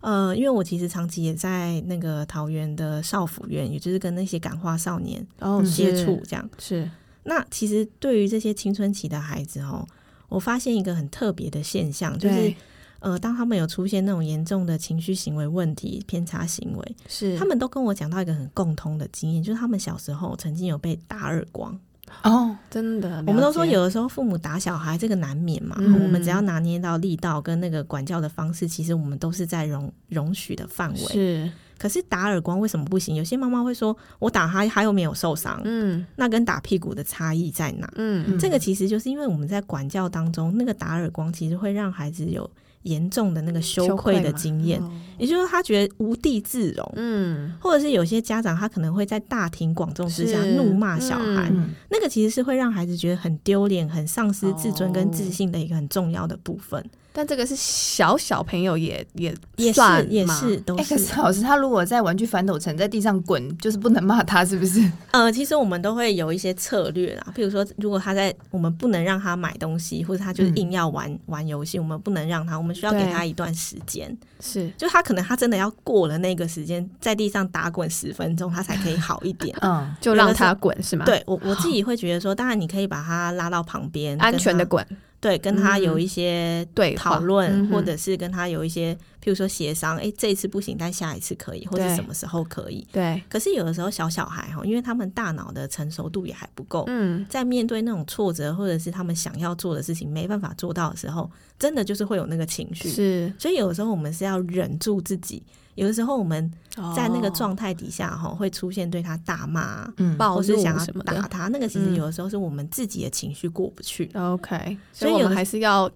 Speaker 3: 呃，因为我其实长期也在那个桃园的少辅院，也就是跟那些感化少年
Speaker 2: 哦
Speaker 3: 接触这样。
Speaker 2: 是
Speaker 3: 那其实对于这些青春期的孩子哦，我发现一个很特别的现象，就是
Speaker 2: 对
Speaker 3: 呃，当他们有出现那种严重的情绪行为问题、偏差行为，
Speaker 2: 是
Speaker 3: 他们都跟我讲到一个很共通的经验，就是他们小时候曾经有被打耳光。
Speaker 1: 哦，
Speaker 2: 真的，
Speaker 3: 我们都
Speaker 2: 了
Speaker 3: 说
Speaker 2: 解
Speaker 3: 有的时候父母打小孩这个难免嘛，
Speaker 2: 嗯
Speaker 3: 我们只要拿捏到力道跟那个管教的方式，其实我们都是在容容许的范围。
Speaker 2: 是
Speaker 3: 可是打耳光为什么不行？有些妈妈会说，我打他他又没有受伤，
Speaker 2: 嗯
Speaker 3: 那跟打屁股的差异在哪？
Speaker 2: 嗯
Speaker 3: 这个其实就是因为我们在管教当中，那个打耳光其实会让孩子有严重的那个羞愧的
Speaker 2: 嘛
Speaker 3: 经验，
Speaker 2: 哦
Speaker 3: 也就是他觉得无地自容。
Speaker 2: 嗯
Speaker 3: 或者是有些家长，他可能会在大庭广众之下
Speaker 2: 是
Speaker 3: 怒骂小孩，
Speaker 2: 嗯
Speaker 1: 嗯，
Speaker 3: 那个其实是会让孩子觉得很丢脸、很丧失自尊跟自信的一个很重要的部分，
Speaker 2: 但这个是小小朋友也也
Speaker 3: 也是
Speaker 2: 算
Speaker 3: 也
Speaker 2: 嘛
Speaker 3: 是都
Speaker 1: 哎，
Speaker 3: 是、
Speaker 1: 可是老师他如果在玩具反斗城在地上滚，就是不能骂他，是不是？
Speaker 3: 呃，其实我们都会有一些策略啦，譬如说，如果他在我们不能让他买东西，或者他就是
Speaker 1: 嗯。
Speaker 3: 硬要玩、玩游戏，我们不能让他，我们需要
Speaker 2: 对
Speaker 3: 给他一段时间，
Speaker 2: 是
Speaker 3: 就他可能他真的要过了那个时间，在地上打滚十分钟，他才可以好一点
Speaker 1: 嗯，
Speaker 2: 就让他滚是吗？，
Speaker 3: 对我我自己会觉得说，当然你可以把他拉到旁边，
Speaker 2: 安
Speaker 3: 跟
Speaker 2: 全的
Speaker 3: 他
Speaker 2: 滚
Speaker 3: 对，跟他有
Speaker 2: 嗯
Speaker 3: 一些
Speaker 2: 对话
Speaker 3: 讨论，
Speaker 2: 嗯哼
Speaker 3: 或者是跟他有一些，譬如说协商，诶，这一次不行，但下一次可以，或者
Speaker 2: 对
Speaker 3: 什么时候可以。
Speaker 2: 对
Speaker 3: 可是有的时候小小孩哦哈，因为他们大脑的成熟度也还不够，
Speaker 2: 嗯
Speaker 3: 在面对那种挫折或者是他们想要做的事情没办法做到的时候，真的就是会有那个情绪。
Speaker 2: 是
Speaker 3: 所以有的时候我们是要忍住自己，有的时候我们在那个
Speaker 2: 哦
Speaker 3: 状态底下哈，会出现对他大骂啊，
Speaker 1: 嗯，
Speaker 2: 暴
Speaker 3: 或是
Speaker 2: 怒
Speaker 3: 想要
Speaker 2: 什么
Speaker 3: 打
Speaker 2: 的。
Speaker 3: 他，那个其实
Speaker 2: 嗯
Speaker 3: 有的时候是我们自己的情绪过不去。
Speaker 2: OK，
Speaker 3: 所
Speaker 2: 所
Speaker 3: 以
Speaker 2: 以我
Speaker 3: 有
Speaker 2: 们
Speaker 3: 的
Speaker 2: 还是要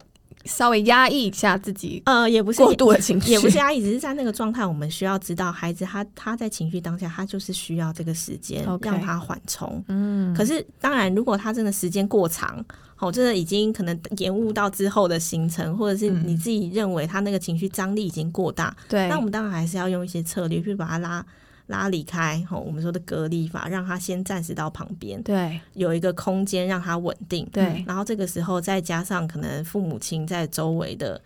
Speaker 2: 稍微压抑一下自己
Speaker 3: 呃，也不是
Speaker 2: 过度的 情绪，
Speaker 3: 也不是压抑，只是在那个状态，我们需要知道孩子他他在情绪当下，他就是需要这个时间
Speaker 2: OK
Speaker 3: 让他缓冲。
Speaker 2: 嗯，
Speaker 3: 可是当然，如果他真的时间过长，哦，真的已经可能延误到之后的行程，或者是
Speaker 1: 嗯
Speaker 3: 你自己认为他那个情绪张力已经过大，
Speaker 2: 对，
Speaker 3: 那我们当然还是要用一些策略去把他拉。拉离开，吼，我们说的隔离法，让他先暂时到旁边，
Speaker 2: 对
Speaker 3: 有一个空间让他稳定。
Speaker 2: 对
Speaker 3: 然后这个时候再加上可能父母亲在周围的，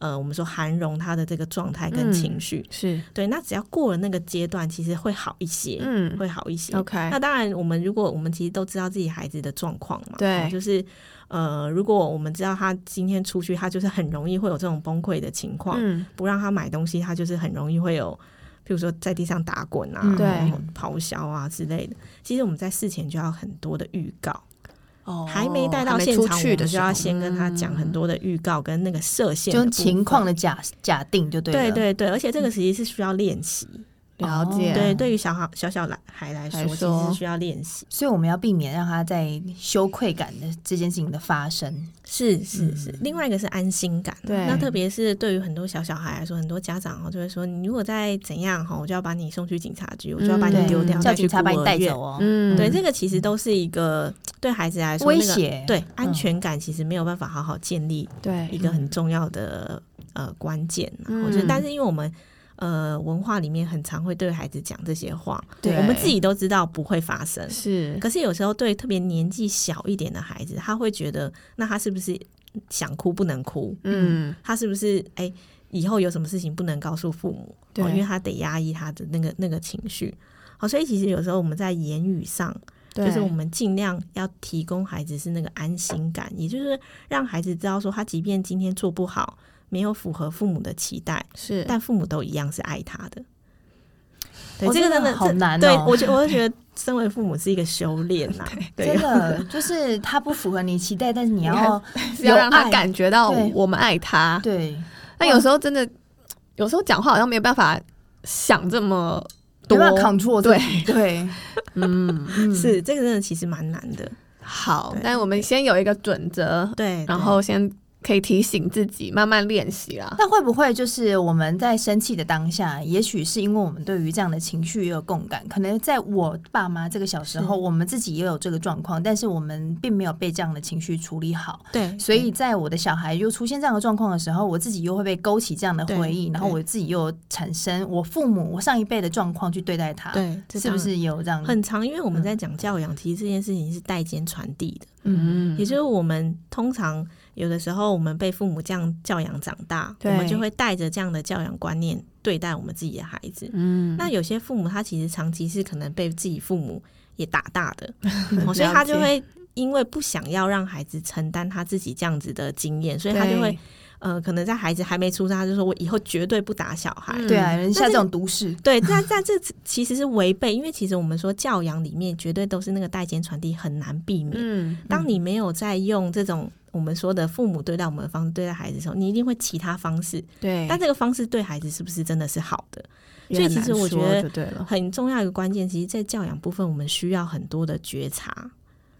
Speaker 3: 呃，我们说涵容他的这个状态跟
Speaker 2: 嗯
Speaker 3: 情绪，
Speaker 2: 是，
Speaker 3: 对，那只要过了那个阶段，其实会好一些，
Speaker 2: 嗯
Speaker 3: 会好一些。
Speaker 2: ，OK，
Speaker 3: 那当然，我们如果我们其实都知道自己孩子的状况嘛，
Speaker 2: 对
Speaker 3: 哦就是呃，如果我们知道他今天出去，他就是很容易会有这种崩溃的情况，
Speaker 2: 嗯
Speaker 3: 不让他买东西，他就是很容易会有譬如说在地上打滚啊、
Speaker 1: 嗯
Speaker 2: 对
Speaker 3: 然后咆哮啊之类的。其实我们在事前就要很多的预告，
Speaker 2: 哦
Speaker 3: 还没带到
Speaker 2: 还没
Speaker 3: 现
Speaker 2: 出
Speaker 3: 场，我
Speaker 2: 去
Speaker 3: 们
Speaker 2: 的时
Speaker 3: 就
Speaker 2: 候嗯
Speaker 3: 要先跟他讲很多的预告跟那个射线
Speaker 1: 嗯
Speaker 3: 的
Speaker 1: 就
Speaker 3: 部分，
Speaker 1: 情况的假假定就对了。
Speaker 3: 对对对，而且这个其实是需要练习，
Speaker 2: 了解，
Speaker 1: 哦
Speaker 3: 对，对于小孩小小孩来
Speaker 2: 来
Speaker 3: 说，其
Speaker 2: 说
Speaker 3: 实是需要练习。
Speaker 1: 所以我们要避免让他在羞愧感的这件事情的发生。
Speaker 3: 是是是，嗯另外一个是安心感。啊
Speaker 2: 对
Speaker 3: 那特别是对于很多小小孩来说，很多家长哦就会说，你如果再怎样哈，我就要把你送去警察局，我就要把
Speaker 2: 嗯
Speaker 3: 你
Speaker 1: 对，
Speaker 3: 丢掉，
Speaker 1: 叫
Speaker 3: 带去
Speaker 1: 警察把
Speaker 3: 孤
Speaker 1: 你
Speaker 3: 儿
Speaker 1: 带
Speaker 3: 院
Speaker 1: 走。哦。
Speaker 2: 嗯
Speaker 3: 对，这个其实都是一个对孩子来说
Speaker 1: 威
Speaker 3: 那个
Speaker 1: 胁
Speaker 3: 对安
Speaker 1: 嗯
Speaker 3: 全感其实没有办法好好建立一
Speaker 2: 对，
Speaker 3: 个很重要的呃关键啊。
Speaker 2: 嗯
Speaker 3: 我觉得，但是因为我们呃文化里面很常会对孩子讲这些话，
Speaker 2: 对
Speaker 3: 我们自己都知道不会发生，
Speaker 2: 是
Speaker 3: 可是有时候对特别年纪小一点的孩子，他会觉得，那他是不是想哭不能哭？
Speaker 2: 嗯，
Speaker 3: 他是不是哎、以后有什么事情不能告诉父母？
Speaker 2: 对
Speaker 3: 哦因为他得压抑他的那个那个情绪。好，所以其实有时候我们在言语上，
Speaker 2: 对
Speaker 3: 就是我们尽量要提供孩子是那个安心感，也就是让孩子知道说，他即便今天做不好，没有符合父母的期待，
Speaker 2: 是
Speaker 3: 但父母都一样是爱他的。对，
Speaker 1: 哦
Speaker 3: 这个
Speaker 1: 真
Speaker 3: 真
Speaker 1: 的
Speaker 3: 的
Speaker 1: 好
Speaker 3: 这
Speaker 1: 难
Speaker 3: 对
Speaker 1: 哦
Speaker 3: 我觉我就觉得，身为父母是一个修炼 呐、对
Speaker 1: 真的就是他不符合你期待， 但是你要
Speaker 2: 是要让他
Speaker 1: 有爱
Speaker 2: 感觉到
Speaker 1: 对
Speaker 2: 我们爱他。
Speaker 1: 对，
Speaker 2: 但有时候真的，有时候讲话好像没有办法想这么
Speaker 1: 没
Speaker 2: 多。
Speaker 1: 办法 control 自
Speaker 2: 对
Speaker 1: 己对，
Speaker 2: 嗯，
Speaker 1: 嗯
Speaker 3: 是这个真的其实蛮难的。
Speaker 2: 好
Speaker 3: 对，
Speaker 2: 但我们先有一个准则，
Speaker 3: 对，
Speaker 2: 然后先可以提醒自己，慢慢练习啦。
Speaker 1: 那会不会就是我们在生气的当下，也许是因为我们对于这样的情绪也有共感，可能在我爸妈这个小时候，
Speaker 3: 是
Speaker 1: 我们自己也有这个状况，但是我们并没有被这样的情绪处理好。
Speaker 3: 对对，
Speaker 1: 所以，在我的小孩又出现这样的状况的时候，我自己又会被勾起这样的回忆，
Speaker 3: 对
Speaker 1: 然后
Speaker 3: 对
Speaker 1: 我自己又产生我父母、我上一辈的状况去对待他，
Speaker 3: 对，这
Speaker 1: 是不
Speaker 3: 当然
Speaker 1: 是嗯有这样的？
Speaker 3: 很长？因为我们在讲教养，其实这件事情是代间传递的，
Speaker 2: 嗯
Speaker 3: 也就是我们通常有的时候我们被父母这样教养长大，我们
Speaker 2: 对
Speaker 3: 就会带着这样的教养观念对待我们自己的孩子。
Speaker 2: 嗯
Speaker 3: 那有些父母他其实长期是可能被自己父母也打大 的，哦所以
Speaker 2: 了
Speaker 3: 他就
Speaker 2: 解
Speaker 3: 会因为不想要让孩子承担他自己这样子的经验，所以他就会呃，可能在孩子还没出生，他就说我以后绝对不打小孩。
Speaker 2: 嗯
Speaker 1: 对啊，人下
Speaker 3: 但
Speaker 1: 这
Speaker 3: 是
Speaker 1: 种毒誓，
Speaker 3: 对，但但这其实是违背，因为其实我们说教养里面绝对都是那个代间传递很难避免。
Speaker 2: 嗯
Speaker 3: 当你没有在用这种我们说的父母对待我们的方式对待孩子的时候，你一定会其他方式，
Speaker 2: 嗯
Speaker 3: 嗯
Speaker 2: 对，
Speaker 3: 但这个方式对孩子是不是真的是好的？
Speaker 2: 也
Speaker 3: 所以
Speaker 2: 很
Speaker 3: 其实
Speaker 2: 难
Speaker 3: 我
Speaker 2: 说
Speaker 3: 觉得
Speaker 2: 就对了，
Speaker 3: 很重要一个关键，其实，在教养部分，我们需要很多的觉察。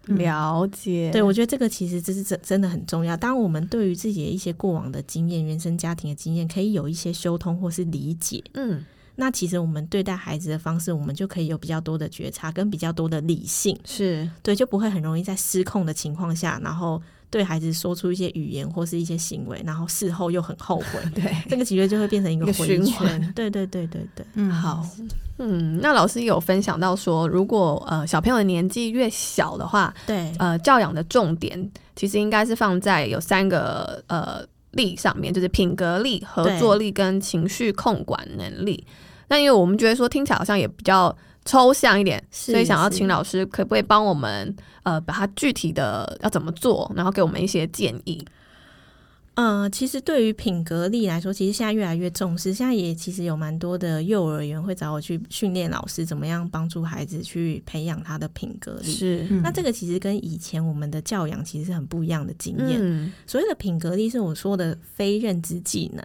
Speaker 1: 嗯
Speaker 2: 了解，
Speaker 3: 对，我觉得这个其实这是真真的很重要。当我们对于自己的一些过往的经验、原生家庭的经验，可以有一些修通或是理解，
Speaker 2: 嗯
Speaker 3: 那其实我们对待孩子的方式，我们就可以有比较多的觉察跟比较多的理性，
Speaker 2: 是，
Speaker 3: 对，就不会很容易在失控的情况下，然后对孩子说出一些语言或是一些行为，然后事后又很后悔
Speaker 2: 对。
Speaker 3: 这个其实就会变成一
Speaker 2: 一个
Speaker 3: 个回
Speaker 2: 循
Speaker 3: 圈。对对对对对，
Speaker 1: 嗯，
Speaker 2: 好，嗯，那老师有分享到说，如果呃小朋友的年纪越小的话，
Speaker 3: 对
Speaker 2: 呃教养的重点其实应该是放在有三个呃力上面，就是品格力、合作力跟情绪控管能力。那因为我们觉得说听起来好像也比较抽象一点，
Speaker 3: 是
Speaker 2: 所以想要
Speaker 3: 是
Speaker 2: 请老师可不可以帮我们呃把它具体的要怎么做，然后给我们一些建议。
Speaker 3: 嗯、呃其实对于品格力来说，其实现在越来越重视，现在也其实有蛮多的幼儿园会找我去训练老师怎么样帮助孩子去培养他的品格力。
Speaker 2: 是
Speaker 1: 嗯
Speaker 3: 那这个其实跟以前我们的教养其实是很不一样的经验。
Speaker 2: 嗯，
Speaker 3: 所谓的品格力是我说的非认知技能，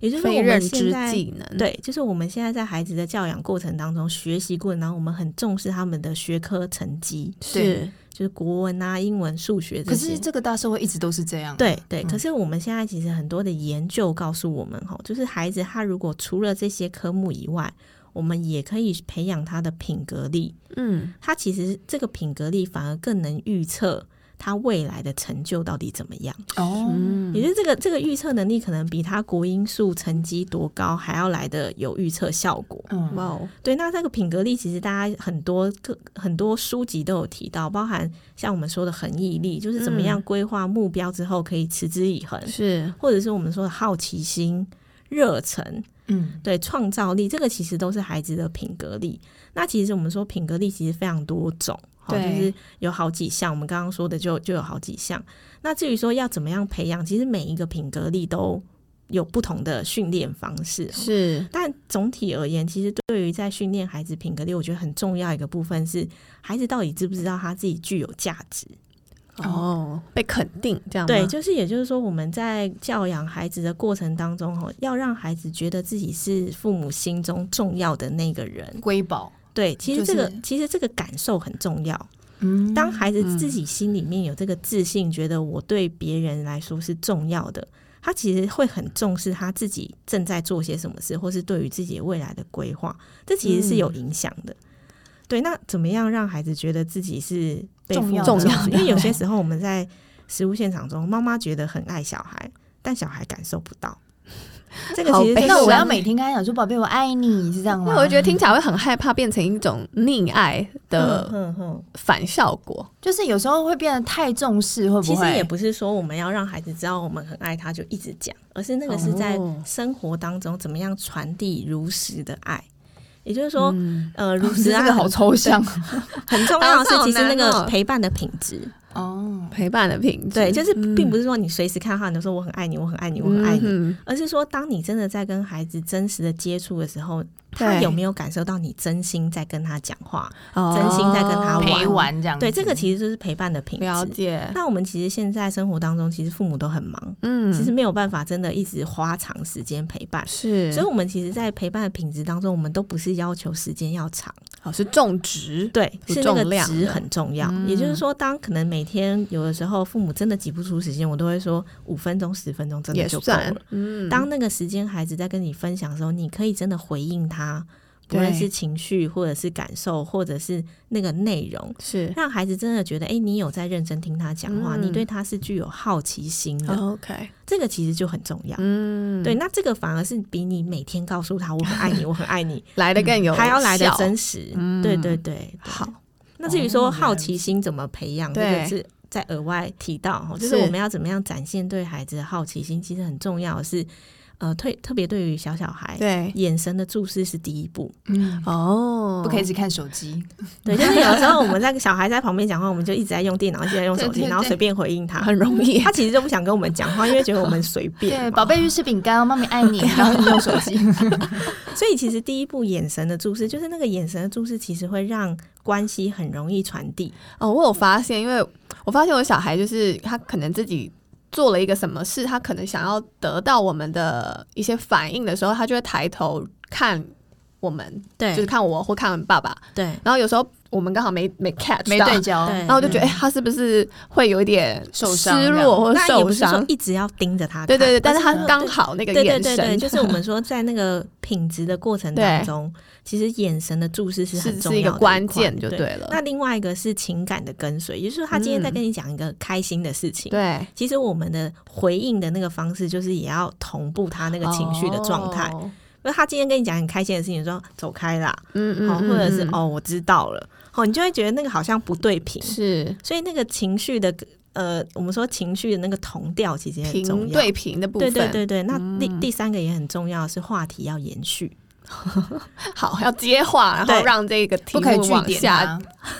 Speaker 3: 也就是嗯
Speaker 2: 非
Speaker 3: 我
Speaker 2: 认
Speaker 3: 们
Speaker 2: 知
Speaker 3: 现在
Speaker 2: 技能，
Speaker 1: 嗯
Speaker 3: 对，就是我们现在在孩子的教养过程当中学习过程当中，我们很重视他们的学科成绩，
Speaker 2: 是
Speaker 3: 就是国文啊、英文、数学这
Speaker 1: 可
Speaker 3: 些
Speaker 1: 是。这个大社会一直都是这样，，
Speaker 3: 对对，
Speaker 1: 嗯
Speaker 3: 可是我们现在其实很多的研究告诉我们，吼，就是孩子他如果除了这些科目以外，我们也可以培养他的品格力。
Speaker 2: 嗯
Speaker 3: 他其实这个品格力反而更能预测他未来的成就到底怎么样。
Speaker 1: 哦，
Speaker 2: 嗯
Speaker 3: 也就是这个这个预测能力可能比他国英数成绩多高还要来的有预测效果。
Speaker 1: 嗯，
Speaker 2: 哇哦，
Speaker 3: 对，那这个品格力其实大家很多个很多书籍都有提到，包含像我们说的恒毅力，就是怎么样
Speaker 2: 嗯
Speaker 3: 规划目标之后可以持之以恒，
Speaker 2: 是
Speaker 3: 或者是我们说的好奇心、热忱，
Speaker 1: 嗯，
Speaker 3: 对创造力，这个其实都是孩子的品格力。那其实我们说品格力其实非常多种，好就
Speaker 2: 对
Speaker 3: 是有好几项。我们刚刚说的就就有好几项。那至于说要怎么样培养，其实每一个品格力都有不同的训练方式。
Speaker 2: 是
Speaker 3: 但总体而言，其实对于在训练孩子品格力，我觉得很重要一个部分是，孩子到底知不知道他自己具有价值？
Speaker 2: 哦，被肯定这样吗
Speaker 3: 对，就是也就是说，我们在教养孩子的过程当中，哦，要让孩子觉得自己是父母心中重要的那个人。
Speaker 1: 瑰宝，
Speaker 3: 对，其实这个、
Speaker 1: 就是
Speaker 3: 其实这个感受很重要。
Speaker 1: 嗯
Speaker 3: 当孩子自己心里面有这个自信，觉得我对别人来说是重要的，他其实会很重视他自己正在做些什么事，或是对于自己未来的规划，这其实是
Speaker 2: 嗯
Speaker 3: 有影响的。对，那怎么样让孩子觉得自己是被
Speaker 1: 重
Speaker 3: 父母
Speaker 1: 要
Speaker 2: 的
Speaker 3: 重视
Speaker 2: 重要的
Speaker 3: 因为有些时候我们在实物现场中，妈妈觉得很爱小孩，但小孩感受不到。这个
Speaker 2: 好
Speaker 3: 其实
Speaker 2: 悲
Speaker 3: 就是
Speaker 1: 哎那我
Speaker 2: 伤
Speaker 1: 要每天跟他讲说：“宝贝，我爱你。”是这样吗？
Speaker 2: 那我就觉得听起来会很害怕，变成一种溺爱
Speaker 3: 嗯
Speaker 2: 的
Speaker 3: 嗯嗯
Speaker 2: 反效果。
Speaker 1: 就是有时候会变得太重视，
Speaker 2: 哦
Speaker 1: 会不会？
Speaker 3: 其实也不是说我们要让孩子知道我们很爱他就一直讲，而是那个是在
Speaker 2: 哦
Speaker 3: 生活当中怎么样传递如实的爱。也就是说，
Speaker 2: 嗯
Speaker 3: 呃，如
Speaker 1: 哦
Speaker 3: 实
Speaker 1: 这
Speaker 3: 爱
Speaker 1: 个好
Speaker 3: 很
Speaker 1: 抽象
Speaker 3: 很重要的是
Speaker 2: 啊，
Speaker 3: 其实那
Speaker 2: 这好难
Speaker 3: 个
Speaker 2: 哦
Speaker 3: 陪伴的品质，
Speaker 1: 哦。
Speaker 2: 陪伴的品质，
Speaker 3: 对，就是并不
Speaker 2: 是
Speaker 3: 是说你随时看到他你就说我很爱你，我很爱你，我很爱你，
Speaker 2: 嗯
Speaker 3: 而是说当你真的在跟孩子真实的接触的时候，他
Speaker 2: 对哦
Speaker 3: 有没有感受到你真心在跟他讲话？
Speaker 2: 哼
Speaker 3: 真心在跟他
Speaker 1: 陪
Speaker 2: 哦
Speaker 1: 玩这样子，
Speaker 3: 对，这个其实就是陪伴的品
Speaker 2: 了
Speaker 3: 质。
Speaker 2: 解，
Speaker 3: 那我们其实现在生活当中，其实父母都很忙，
Speaker 2: 嗯，
Speaker 3: 其实没有办法真的一直花长时间陪伴。
Speaker 2: 是，
Speaker 3: 所以，我们其实，在陪伴的品质当中，我们都不是要求时间要长，
Speaker 2: 哦是种植，
Speaker 3: 对，
Speaker 2: 有
Speaker 3: 是那个
Speaker 2: 重量
Speaker 3: 值
Speaker 2: 的
Speaker 3: 很重要。
Speaker 2: 嗯
Speaker 3: 也就是说，当可能每天有的时候，父母真的挤不出时间，我都会说五分钟、十分钟真的
Speaker 2: 也
Speaker 3: 就够
Speaker 2: 算
Speaker 3: 了。，
Speaker 2: 嗯，
Speaker 3: 当那个时间孩子在跟你分享的时候，你可以真的回应他，不
Speaker 2: 对
Speaker 3: 论是情绪，或者是感受，或者是那个内容，
Speaker 2: 是
Speaker 3: 让孩子真的觉得，哎、你有在认真听他讲话，
Speaker 2: 嗯哦
Speaker 3: 你对他是具有好奇心的，
Speaker 2: OK，
Speaker 3: 这个其实就很重要。
Speaker 2: 嗯，
Speaker 3: 对，，那这个反而是比你每天告诉他我很爱你，我很爱你，
Speaker 2: 来的 更有
Speaker 3: 嗯还要来的
Speaker 2: 效
Speaker 3: 真实。
Speaker 2: 嗯
Speaker 3: 对对对，
Speaker 2: 好。
Speaker 3: 那至于
Speaker 1: 哦
Speaker 3: 说
Speaker 1: 原来
Speaker 3: 好
Speaker 1: 如
Speaker 3: 奇心怎么培养，这
Speaker 2: 对
Speaker 3: 个是在额外提到哈，就是
Speaker 2: 是
Speaker 3: 我们要怎么样展现对孩子的好奇心，其实很重要的是，呃，特特别对于小小孩，
Speaker 2: 对
Speaker 3: 眼神的注视是第一步。
Speaker 1: 嗯，
Speaker 2: 哦，
Speaker 1: 不可以只看手机，
Speaker 3: 对，就是有的时候我们在小孩在旁边讲话，我们就一直在用电脑，一直在用手
Speaker 2: 对
Speaker 3: 机，
Speaker 2: 对对
Speaker 3: 然后随便回应他，
Speaker 2: 很容易
Speaker 3: 他其实就不想跟我们讲话，因为觉得我们随 便
Speaker 1: 对，
Speaker 3: 嘛。
Speaker 1: 宝贝去吃饼干哦，妈咪爱 你，然后你用手机，
Speaker 3: 所以其实第一步眼神的注视，就是那个眼神的注视，其实会让关系很容易传递。
Speaker 2: 哦，我有发现，因为我发现我小孩就是他可能自己做了一个什么事，他可能想要得到我们的一些反应的时候，他就会抬头看我们，
Speaker 3: 对
Speaker 2: 就是看我或看爸爸。
Speaker 3: 对
Speaker 2: 然后有时候我们刚好没没 catch
Speaker 1: 没
Speaker 2: 到，
Speaker 1: 对嗯焦，
Speaker 3: 对嗯
Speaker 2: 然后我就觉得，哎、他是不是会有一点
Speaker 1: 受
Speaker 2: 失
Speaker 1: 伤这样
Speaker 2: 落或者
Speaker 3: 那也
Speaker 2: 受
Speaker 3: 不是说
Speaker 2: 伤？啊
Speaker 3: 一直要盯着他看，
Speaker 2: 对对对，但是
Speaker 3: 而
Speaker 2: 他
Speaker 3: 呢
Speaker 2: 刚好那个
Speaker 3: 对对
Speaker 2: 眼
Speaker 3: 对
Speaker 2: 神，
Speaker 3: 对，就是我们说在那个品质的过程当中，其实眼神的注视是很
Speaker 2: 是
Speaker 3: 重
Speaker 2: 是
Speaker 3: 要
Speaker 2: 一
Speaker 3: 的
Speaker 2: 个关
Speaker 3: 块
Speaker 2: 键就
Speaker 3: 对。
Speaker 2: 对嗯了。
Speaker 3: 那另外一个是情感的跟随，也就是说他今天在跟你讲一个开心的事情，
Speaker 2: 对
Speaker 3: 其实我们的回应的那个方式就是也要同步他那个情绪的状态。
Speaker 2: 哦
Speaker 3: 那、他今天跟你讲很开心的事情，说走开啦，
Speaker 2: 嗯嗯，
Speaker 3: 哦，或者是
Speaker 2: 嗯嗯
Speaker 3: 哦我知道了，哦你就会觉得那个好像不对频，
Speaker 2: 是
Speaker 3: 所以那个情绪的呃，我们说情绪的那个同调其实也很重
Speaker 2: 平
Speaker 3: 要。
Speaker 2: 对平的部分，
Speaker 3: 对对对对，那第、
Speaker 2: 嗯
Speaker 3: 第三个也很重要，是话题要延续。
Speaker 2: 好，要接话，然后
Speaker 3: 对
Speaker 2: 让这个题
Speaker 1: 不可以
Speaker 2: 目
Speaker 1: 据
Speaker 2: 往
Speaker 1: 点他，
Speaker 2: 下。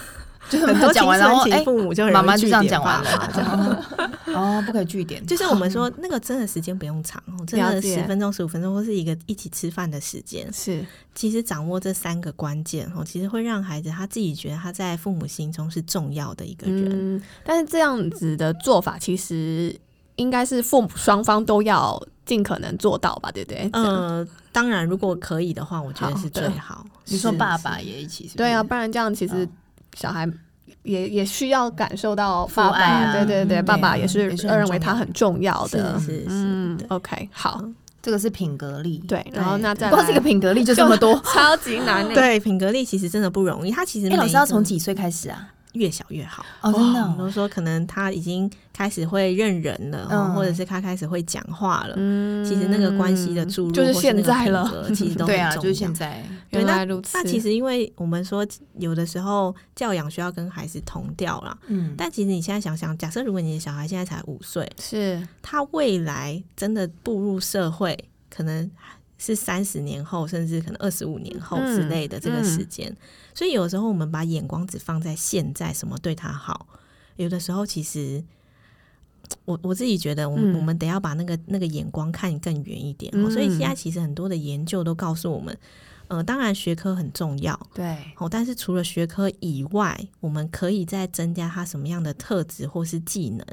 Speaker 1: 就是
Speaker 3: 很多
Speaker 1: 讲完
Speaker 3: 青
Speaker 1: 然
Speaker 3: 春
Speaker 1: 后
Speaker 3: 期
Speaker 1: 哎，
Speaker 3: 父母就很
Speaker 1: 妈
Speaker 3: 容易
Speaker 1: 妈就这
Speaker 3: 据
Speaker 1: 样
Speaker 3: 点
Speaker 1: 讲完
Speaker 3: 爸妈 这样
Speaker 1: 了，哦，不可以据点，
Speaker 3: 就是我们说那个真的时间不用长哦，真
Speaker 2: 了
Speaker 3: 的
Speaker 2: 解
Speaker 3: 十分钟、十五分钟，或是一个一起吃饭的时间。
Speaker 2: 是
Speaker 3: 其实掌握这三个关键哦，其实会让孩子他自己觉得他在父母心中是重要的一个人。
Speaker 2: 嗯，但是这样子的做法，其实应该是父母双方都要尽可能做到吧，对不对？嗯，
Speaker 3: 呃，当然，如果可以的话，我觉得
Speaker 2: 好
Speaker 3: 是
Speaker 2: 对
Speaker 3: 最好。
Speaker 1: 你说
Speaker 3: 是
Speaker 1: 爸
Speaker 3: 是嗯
Speaker 1: 爸也一起，是不是
Speaker 2: 对啊，，不然这样其实小孩也也需要感受到
Speaker 1: 父
Speaker 2: 爸爸，
Speaker 1: 爱啊
Speaker 2: 对对对，
Speaker 1: 嗯
Speaker 2: 爸爸
Speaker 1: 对啊
Speaker 2: 也是
Speaker 1: 也是很
Speaker 2: 认为他很重要
Speaker 3: 是
Speaker 2: 的。
Speaker 3: 嗯是是，
Speaker 2: 嗯
Speaker 3: 对
Speaker 2: ，OK，好，
Speaker 1: 这个是品格力，
Speaker 2: 对，然后那再
Speaker 1: 光是一个品格力就这么 多。
Speaker 2: 超级难欸，
Speaker 3: 对，品格力其实真的不容易，他其实
Speaker 1: 哎，老
Speaker 3: 每
Speaker 1: 师
Speaker 3: 一
Speaker 1: 要
Speaker 3: 个
Speaker 1: 从几岁开始啊？
Speaker 3: 越小越好。
Speaker 1: 哦，真的
Speaker 3: 我们
Speaker 1: 哦，
Speaker 3: 都说可能他已经开始会认人了，
Speaker 1: 嗯
Speaker 3: 或者是他开始会讲话了。
Speaker 2: 嗯
Speaker 3: 其实那个关系的注入
Speaker 2: 就是
Speaker 3: 或是
Speaker 2: 现
Speaker 3: 那个
Speaker 2: 在
Speaker 3: 品
Speaker 2: 了，
Speaker 3: 格其实都
Speaker 1: 对
Speaker 3: 很
Speaker 1: 啊，
Speaker 3: 重
Speaker 1: 就是现
Speaker 3: 要
Speaker 1: 在，
Speaker 3: 对
Speaker 2: 原来如此。
Speaker 3: 那其实，因为我们说有的时候教养需要跟孩子同调啦，
Speaker 1: 嗯，
Speaker 3: 但其实你现在想想，假设如果你的小孩现在才五岁，
Speaker 2: 是
Speaker 3: 他未来真的步入社会，可能是三十年后，甚至可能二十五年后之类的
Speaker 2: 嗯
Speaker 3: 这个时间。所以有时候我们把眼光只放在现在，什么对他好，有的时候其实我我自己觉得，我们、
Speaker 2: 嗯
Speaker 3: 我们得要把那个那个眼光看更远一点、哦
Speaker 2: 嗯
Speaker 3: 所以现在其实很多的研究都告诉我们，呃，当然学科很重要，
Speaker 1: 对，
Speaker 3: 哦，但是除了学科以外，我们可以再增加他什么样的特质或是技能，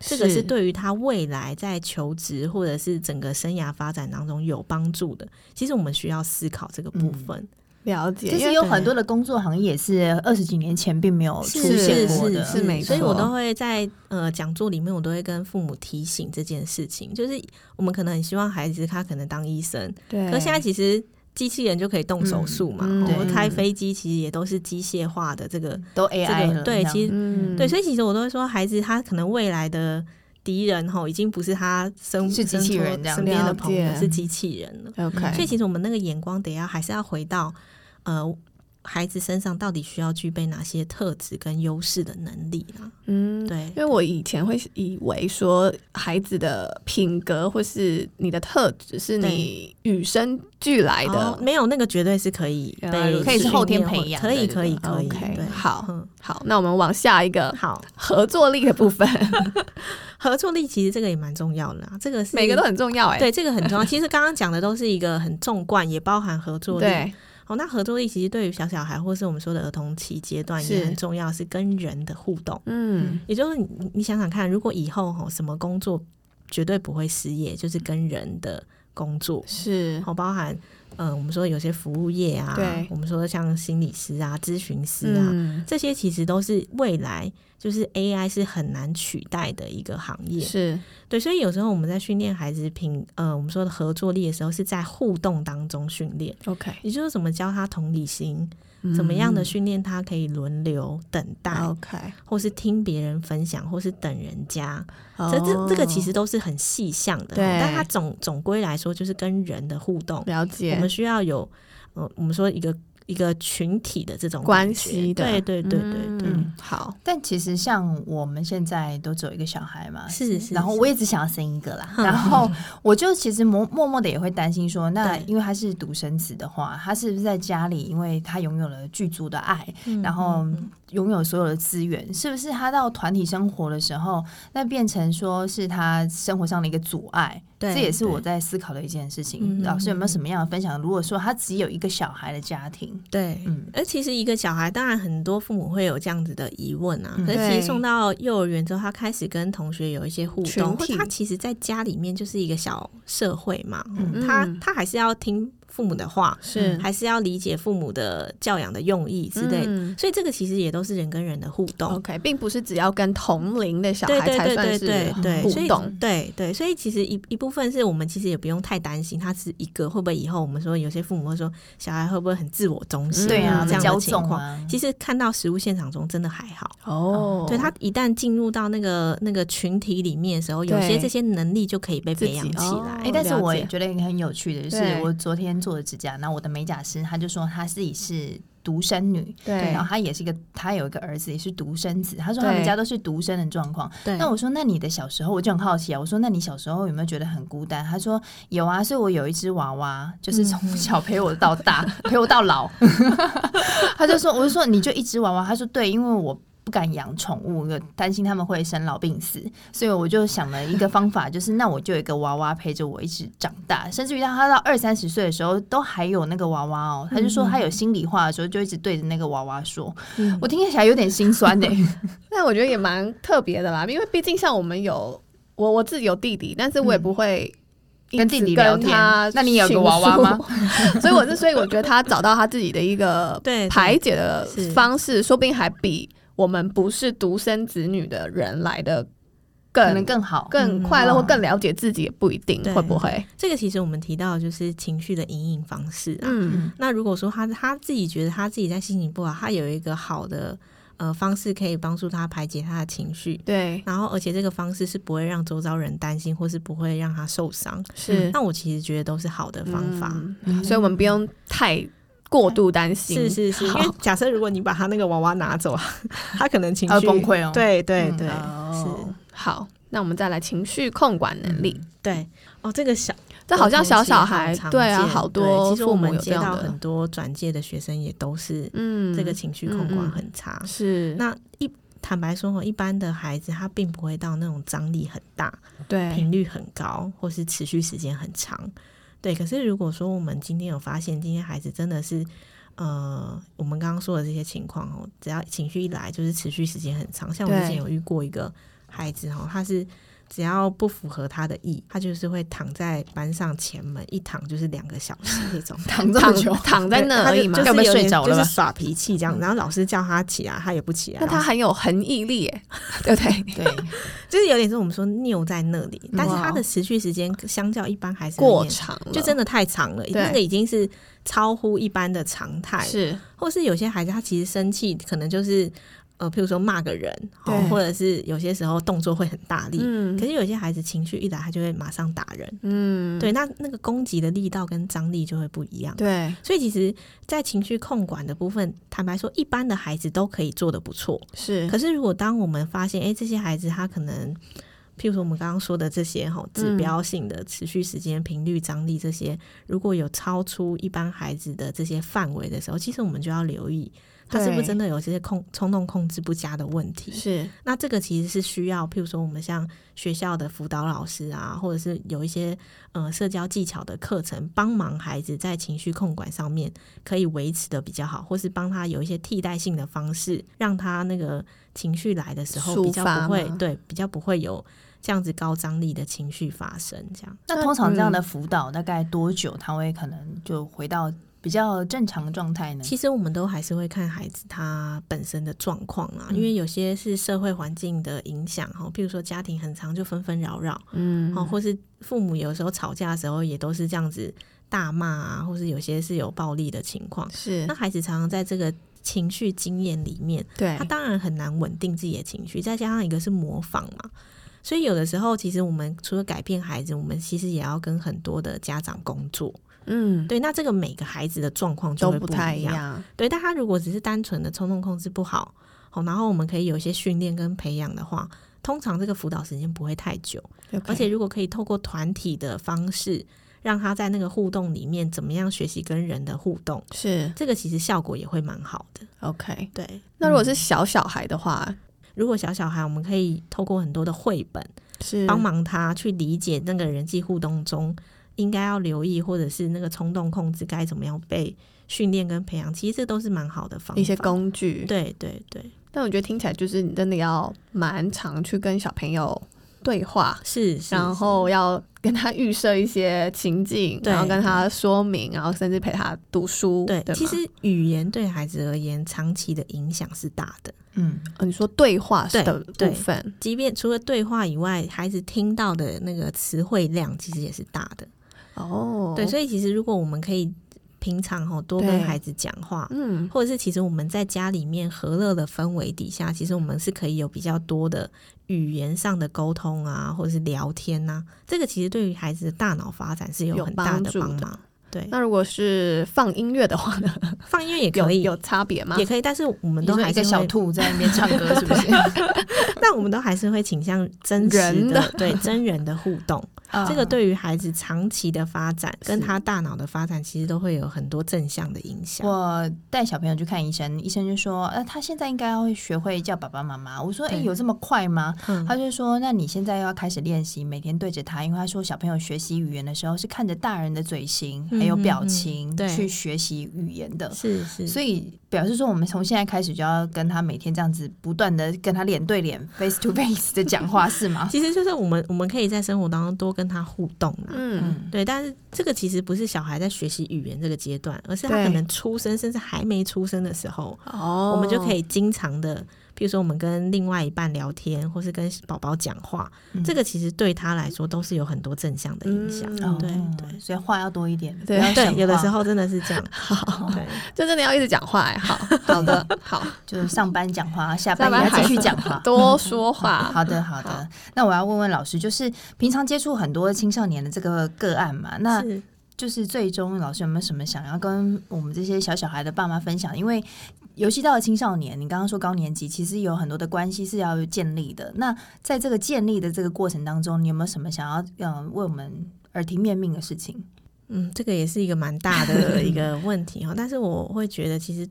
Speaker 3: 这个是对于他未来在求职或者是整个生涯发展当中有帮助的。其实我们需要思考这个
Speaker 1: 嗯
Speaker 3: 部分。
Speaker 2: 了解，
Speaker 1: 其
Speaker 2: 因
Speaker 1: 实
Speaker 2: 为
Speaker 1: 有很多的工作行业也是二十几年前并没有哦出
Speaker 3: 是
Speaker 1: 现过
Speaker 3: 是
Speaker 1: 的，
Speaker 2: 是没
Speaker 3: 所以
Speaker 2: 错
Speaker 3: 我都会在呃讲座里面，我都会跟父母提醒这件事情，就是我们可能很希望孩子他可能当医生，
Speaker 2: 对，
Speaker 3: 可现在其实。机器人就可以动手术嘛，
Speaker 2: 嗯嗯
Speaker 3: 我们
Speaker 1: 对嗯
Speaker 3: 开飞机其实也都是机械化的这个、
Speaker 1: 都
Speaker 3: 这
Speaker 1: AI
Speaker 3: 个
Speaker 1: 了，
Speaker 3: 对，其
Speaker 1: 实
Speaker 3: 实
Speaker 2: 嗯
Speaker 3: 对，所以其实我都会说，孩子他可能未来的敌人吼，已经不是他身
Speaker 1: 是机器人
Speaker 3: 身
Speaker 1: 这样
Speaker 3: 身边
Speaker 2: 了
Speaker 3: 的朋友
Speaker 2: 解
Speaker 3: 是机器人了。
Speaker 2: 嗯 OK，
Speaker 3: 所以其实我们那个眼光得要还是要回到呃孩子身上到底需要具备哪些特质跟优势的能力啦。
Speaker 2: 嗯，
Speaker 3: 对
Speaker 2: 因，为我以前会以为说孩子的品格或是你的特质是你与生俱来的。
Speaker 3: 哦没有那个绝对是可以
Speaker 2: 原来
Speaker 3: 被
Speaker 2: 如啊此可以是
Speaker 1: 后天
Speaker 3: 训练或
Speaker 1: 培养的
Speaker 3: 可以
Speaker 1: 对
Speaker 3: 可以可以
Speaker 2: OK，
Speaker 3: 对，
Speaker 2: 好
Speaker 3: 嗯
Speaker 2: 好，那我们往下 一个
Speaker 3: 好，
Speaker 2: 合作力的 部分，
Speaker 3: 合作力其实这个也蛮重要的啦，这个是
Speaker 2: 每个都很重要哎、
Speaker 3: 对，这个很重要。其实刚刚讲的都是一个很纵贯，也包含合作力。
Speaker 2: 对，
Speaker 3: 哦，那合作力其实对于小小孩或是我们说的儿童期阶段
Speaker 2: 是
Speaker 3: 也很重要，是跟人的互动。
Speaker 2: 嗯，
Speaker 3: 也就是你你想想看，如果以后吼什么工作绝对不会失业，就是跟人的工作，
Speaker 2: 是
Speaker 3: 好包含呃我们说有些服务业啊，
Speaker 2: 对
Speaker 3: 我们说像心理师啊、咨询师啊，
Speaker 2: 嗯，
Speaker 3: 这些其实都是未来就是 AI 是很难取代的一个行业。
Speaker 2: 是
Speaker 3: 对，所以有时候我们在训练孩子品呃我们说的合作力的时候，是在互动当中训练，
Speaker 2: OK，
Speaker 3: 也就是怎么教他同理心。怎么样的训练他可以轮流等待，
Speaker 2: 嗯 OK，
Speaker 3: 或是听别人分享，或是等人家。
Speaker 1: 哦
Speaker 3: 这这这个
Speaker 2: 哦
Speaker 3: 其实都是很细项的，
Speaker 2: 对
Speaker 3: 但它总总归来说就是跟人的互动
Speaker 2: 哦，了
Speaker 3: 我
Speaker 2: 解
Speaker 3: 们，需要有，呃，我们说一个一个群体的这种
Speaker 2: 关
Speaker 3: 感觉
Speaker 2: 系的，
Speaker 3: 对对对对对，
Speaker 2: 嗯好，
Speaker 1: 但其实像我们现在都只有一个小孩嘛，
Speaker 3: 是是
Speaker 1: 然后
Speaker 3: 是
Speaker 1: 我也只想要生一个啦，然后我就其实默默默的也会担心说，那
Speaker 3: 对
Speaker 1: 因为他是独生子的话，他是不是在家里，因为他拥有了具足的爱，
Speaker 3: 嗯
Speaker 1: 然后拥有所有的资源，是不是他到团体生活的时候，那变成说是他生活上的一个阻碍？
Speaker 3: 对
Speaker 1: 这也是我
Speaker 3: 对
Speaker 1: 在思考的一件事情。
Speaker 3: 嗯
Speaker 1: 老师有没有什么样的分享？如果说他只有一个小孩的家庭，
Speaker 3: 对。
Speaker 1: 嗯，
Speaker 3: 而其实一个小孩，当然很多父母会有这样子的疑问啊。
Speaker 1: 嗯
Speaker 3: 可是其
Speaker 2: 对
Speaker 3: 实送到幼儿园之后，他开始跟同学有一些互
Speaker 2: 群
Speaker 3: 动，或
Speaker 2: 体
Speaker 3: 他其实在家里面就是一个小社会嘛，
Speaker 1: 嗯
Speaker 3: 他
Speaker 2: 嗯
Speaker 3: 他还是要听父母的话，
Speaker 2: 是
Speaker 3: 还是要理解父母的教养的用意之类的。
Speaker 2: 嗯哦
Speaker 3: 所以这个其实也都是人跟人的互动。
Speaker 2: OK，并不是只要跟同龄的小
Speaker 3: 哦对
Speaker 2: 孩
Speaker 3: 对
Speaker 2: 才
Speaker 3: 对
Speaker 2: 算
Speaker 3: 对
Speaker 2: 是
Speaker 3: 对对，
Speaker 2: 互
Speaker 3: 所以
Speaker 2: 动，
Speaker 3: 对对，所以其实一一部分是我们其实也不用太担心，他是一个会不会以后我们说有些父母会说小孩会不会很自我中心、
Speaker 2: 嗯
Speaker 1: 对啊，
Speaker 3: 这样
Speaker 1: 骄
Speaker 3: 的情
Speaker 1: 纵
Speaker 3: 况。
Speaker 1: 啊，
Speaker 3: 其实看到实物现场中真的还好，
Speaker 2: 哦
Speaker 3: 对他一旦进入到那个那个群体里面的时候，有些
Speaker 2: 对
Speaker 3: 这些能力就可以被培养
Speaker 2: 自己
Speaker 3: 起
Speaker 2: 哦
Speaker 3: 来。
Speaker 1: 哎、但是
Speaker 2: 了
Speaker 1: 我
Speaker 2: 解
Speaker 1: 也觉得一个很有趣的，就是
Speaker 2: 对
Speaker 1: 我昨天做的指甲，然后我的美甲师他就说他自己是独生女，
Speaker 2: 对
Speaker 1: 然后他也是一个，他有一个儿子也是独生子，他说他们
Speaker 2: 对
Speaker 1: 家都是独生的状况。
Speaker 3: 对，
Speaker 1: 那我说，那你的小时候，我就很好奇啊。我说，那你小时候有没有觉得很孤单？他说有啊，所以我有一只娃娃，就是从小陪我到大，陪我到老。他就说，我就说你就一只娃娃。他说对，因为我。不敢养宠物，我担心他们会生老病死，所以我就想了一个方法，就是那我就有一个娃娃陪着我一直长大，甚至于到他到二三十岁的时候，都还有那个娃娃哦。他就说他有心里话的时候，就一直对着那个娃娃说，我听起来有点心酸呢、欸
Speaker 2: 但我觉得也蛮特别的啦，因为毕竟像我们有我我自己有弟弟，但是我也不会。
Speaker 1: 跟弟弟聊天那你有个娃娃吗？
Speaker 2: 所以我是，所以我觉得他找到他自己的一个
Speaker 3: 对对
Speaker 2: 排解的
Speaker 3: 是
Speaker 2: 方式，说不定还比我们不是独生子女的人来的
Speaker 1: 可能
Speaker 2: 更
Speaker 1: 更好。
Speaker 2: 更快乐，
Speaker 1: 嗯
Speaker 2: 或更了解自己，也不一定
Speaker 3: 对
Speaker 2: 会不会。
Speaker 3: 这个其实我们提到的就是情绪的隐影方式啊。
Speaker 2: 嗯，
Speaker 3: 那如果说他他自己觉得他自己在心情不好，他有一个好的呃方式可以帮助他排解他的情绪，
Speaker 2: 对，
Speaker 3: 然后而且这个方式是不会让周遭人担心，或是不会让他受伤。
Speaker 2: 是
Speaker 3: 那我其实觉得都是好的方法。
Speaker 2: 嗯所以我们不用太过度担心。
Speaker 3: 是是是，因为
Speaker 2: 好
Speaker 3: 假设如果你把他那个娃娃拿走， 他可能情
Speaker 1: 他
Speaker 3: 绪
Speaker 1: 会崩溃哦
Speaker 3: 对对
Speaker 1: 嗯
Speaker 3: 对、
Speaker 2: 哦好，那我们再来情绪控管能力。
Speaker 3: 对，哦，这个小
Speaker 2: 这好像小小孩
Speaker 3: 儿童期好常
Speaker 2: 对啊，
Speaker 3: 见
Speaker 2: 好
Speaker 3: 对
Speaker 2: 多
Speaker 3: 其实我
Speaker 2: 父母
Speaker 3: 们
Speaker 2: 有这
Speaker 3: 接到
Speaker 2: 样
Speaker 3: 很
Speaker 2: 的，
Speaker 3: 多转介的学生也都是
Speaker 2: 嗯，
Speaker 3: 这个情绪控管很差。
Speaker 2: 是
Speaker 3: 那一坦白说，哦一般的孩子他并不会到那种张力很大、
Speaker 2: 对，
Speaker 3: 频率很高，或是持续时间很长。对，可是如果说我们今天有发现，今天孩子真的是，呃，我们刚刚说的这些情况哦，只要情绪一来，就是持续时间很长。像我
Speaker 2: 对
Speaker 3: 之前有遇过一个孩子哦，他是只要不符合他的意，他就是会躺在班上前门一躺就是两个小时这种。
Speaker 1: 躺这么
Speaker 2: 躺
Speaker 1: 久，
Speaker 2: 躺在那而已嘛
Speaker 3: 对。他
Speaker 1: 该不
Speaker 3: 就
Speaker 1: 会
Speaker 3: 就是
Speaker 1: 睡
Speaker 3: 有点
Speaker 1: 着了吧
Speaker 3: 就是耍脾气这样。然后老师叫他起来，他也不起来。
Speaker 2: 嗯那他
Speaker 3: 老师
Speaker 2: 很有恒毅力 耶，对不对？
Speaker 1: 对，
Speaker 3: 就是有点是我们说拗在那里，但是
Speaker 2: 哇
Speaker 3: 他的持续时间相较一般还是有
Speaker 2: 嗯过
Speaker 3: 点
Speaker 2: 长了，
Speaker 3: 就真的太长了，
Speaker 2: 对
Speaker 3: 那个已经是超乎一般的常态。
Speaker 2: 是
Speaker 3: 或是有些孩子他其实生气，可能就是呃，譬如说骂个人，
Speaker 2: 对
Speaker 3: 哦或者是有些时候动作会很大力。
Speaker 2: 嗯
Speaker 3: 可是有些孩子情绪一来，他就会马上打人。
Speaker 2: 嗯，
Speaker 3: 对，那那个攻击的力道跟张力就会不一样。
Speaker 2: 对
Speaker 3: 所以其实，在情绪控管的部分，坦白说，一般的孩子都可以做得不错。
Speaker 2: 是，
Speaker 3: 可是，如果当我们发现，哎、这些孩子他可能，譬如说我们刚刚说的这些哈，
Speaker 2: 嗯
Speaker 3: 指标性的持续时间、频率、张力这些，如果有超出一般孩子的这些范围的时候，其实我们就要留意，他是不是
Speaker 2: 对
Speaker 3: 真的有这些控冲动控制不佳的问题。
Speaker 2: 是
Speaker 3: 那这个其实是需要，譬如说我们像学校的辅导老师啊，或者是有一些呃社交技巧的课程，帮忙孩子在情绪控管上面可以维持的比较好，或是帮他有一些替代性的方式，让他那个情绪来的时候
Speaker 2: 抒
Speaker 3: 比较
Speaker 2: 发
Speaker 3: 不会
Speaker 2: 吗
Speaker 3: 对比较不会有这样子高张力的情绪发生。这样
Speaker 1: 那通常这样的辅导大概多久他会可能就回到比较正常的状
Speaker 2: 嗯
Speaker 1: 态呢？
Speaker 3: 其实我们都还是会看孩子他本身的状况啊，
Speaker 2: 嗯
Speaker 3: 因为有些是社会环境的影响哈，譬如说家庭很长就纷纷扰扰。
Speaker 2: 嗯
Speaker 3: 哦，或是父母有时候吵架的时候也都是这样子大骂啊，或是有些是有暴力的情况。
Speaker 2: 是
Speaker 3: 那孩子常常在这个情绪经验里面，
Speaker 2: 对
Speaker 3: 他当然很难稳定自己的情绪，再加上一个是模仿嘛，所以有的时候其实我们除了改变孩子，我们其实也要跟很多的家长工作。
Speaker 2: 嗯
Speaker 3: 对，那这个每个孩子的状况就
Speaker 2: 都
Speaker 3: 会
Speaker 2: 不太
Speaker 3: 一
Speaker 2: 一
Speaker 3: 样。
Speaker 2: 样，
Speaker 3: 对，但他如果只是单纯的冲动控制不好，好，然后我们可以有一些训练跟培养的话，通常这个辅导时间不会太久。而且如果可以透过团体的方式，让他在那个互动里面怎么样学习跟人的互动，
Speaker 2: 是
Speaker 3: 这个其实效果也会蛮好的。
Speaker 2: OK。
Speaker 3: 对，
Speaker 2: 那如果是小小孩的话，
Speaker 3: 如果小小孩，我们可以透过很多的绘本
Speaker 2: 是
Speaker 3: 帮忙他去理解那个人际互动中应该要留意，或者是那个冲动控制该怎么样被训练跟培养，其实这都是蛮好的方法。
Speaker 2: 一些工具，
Speaker 3: 对对对，
Speaker 2: 但我觉得听起来就是你真的要蛮常去跟小朋友对话，
Speaker 3: 是，是
Speaker 2: 然后要跟他预设一些情境，
Speaker 3: 对
Speaker 2: 然后跟他说明，然后甚至陪他读书。
Speaker 3: 对，
Speaker 2: 对吗，
Speaker 3: 其实语言对孩子而言，长期的影响是大的。
Speaker 1: 嗯，
Speaker 2: 哦你说对话
Speaker 3: 对
Speaker 2: 的
Speaker 3: 对
Speaker 2: 部分
Speaker 3: 即便除了对话以外，孩子听到的那个词汇量其实也是大的。
Speaker 2: 哦，
Speaker 3: 对，
Speaker 2: 以
Speaker 3: 所以其实如果我们可以平常吼多
Speaker 2: 对
Speaker 3: 跟孩子讲话，
Speaker 2: 嗯，
Speaker 3: 或者是其实我们在家里面和乐的氛围底下，其实我们是可以有比较多的语言上的沟通啊，或者是聊天呐、这个其实对于孩子的大脑发展是有
Speaker 2: 有
Speaker 3: 很大
Speaker 2: 帮
Speaker 3: 的
Speaker 2: 助
Speaker 3: 帮
Speaker 2: 的
Speaker 3: 忙。对，
Speaker 2: 那如果是放音乐的话呢，
Speaker 3: 放音乐也
Speaker 2: 有
Speaker 3: 可以，
Speaker 2: 有差别吗
Speaker 3: 也？可以，但是我们
Speaker 1: 你
Speaker 3: 都
Speaker 1: 说
Speaker 3: 还
Speaker 1: 一
Speaker 3: 是
Speaker 1: 个小
Speaker 3: 会，
Speaker 1: 兔在那边唱歌，是不是？
Speaker 3: 但我们都还是会倾向真实
Speaker 2: 人
Speaker 3: 的，
Speaker 2: 的
Speaker 3: 对真人的互 动。这个
Speaker 1: 啊
Speaker 3: 对于孩子长期的发展跟
Speaker 2: 是
Speaker 3: 他大脑的发展，其实都会有很多正向的影响。
Speaker 1: 我带小朋友去看医生，医生就说：“呃，他现在应该要学会叫爸爸妈妈。”我说：“哎、
Speaker 3: 对
Speaker 1: 有这么快吗？”
Speaker 3: 嗯
Speaker 1: 他就说：“那你现在要开始练习，每天对着他，因为他说小朋友学习语言的时候是看着大人的嘴型还有表情、
Speaker 3: 嗯嗯对
Speaker 1: 去学习语言的。”
Speaker 3: 是是，
Speaker 1: 所
Speaker 3: 以
Speaker 1: 以表示说，我们从现在开始就要跟他每天这样子不断的跟他脸对脸、face to face 的讲话，是吗？
Speaker 3: 其实就是我们我们可以在生活当中多跟他互动啦。
Speaker 2: 嗯，
Speaker 1: 嗯，
Speaker 3: 对，但是这个其实不是小孩在学习语言这个阶段，而是他
Speaker 2: 对
Speaker 3: 可能出生甚至还没出生的时候，
Speaker 2: 哦，
Speaker 3: 我们就可
Speaker 2: 以
Speaker 3: 以经常的，譬如说我们跟另外一半聊天，或是跟宝宝讲话，
Speaker 1: 嗯
Speaker 3: 这个其实对他来说都是有很多正向的影响。
Speaker 2: 嗯
Speaker 3: 对
Speaker 1: 哦
Speaker 3: 对
Speaker 1: 所以话要多一点，
Speaker 2: 对
Speaker 1: 不要
Speaker 3: 对
Speaker 1: 省，
Speaker 3: 有的
Speaker 1: 话
Speaker 3: 时候真的是 这样。好， 对。
Speaker 2: 就真的要一直讲话、哎 好好 的，好
Speaker 1: 就是上班讲话，下
Speaker 2: 下
Speaker 1: 班
Speaker 2: 班
Speaker 1: 也要
Speaker 2: 还
Speaker 1: 继续
Speaker 2: 是
Speaker 1: 讲 话。哦
Speaker 2: 多
Speaker 3: 嗯
Speaker 2: 说话，
Speaker 1: 好的，好的。那我要问问老师，就是平常接触很多青少年的这个个案嘛，那
Speaker 3: 是
Speaker 1: 就是最终老师有没有什么想要跟我们这些小小孩的爸妈分享？因为尤其到了青少年，你刚刚说高年级，其实有很多的关系是要建立的。那在这个建立的这个过程当中，你有没有什么想要嗯、呃为我们耳提面命的事情？
Speaker 3: 嗯，这个也是一个蛮大的一个问题哈，但是我会觉得，其实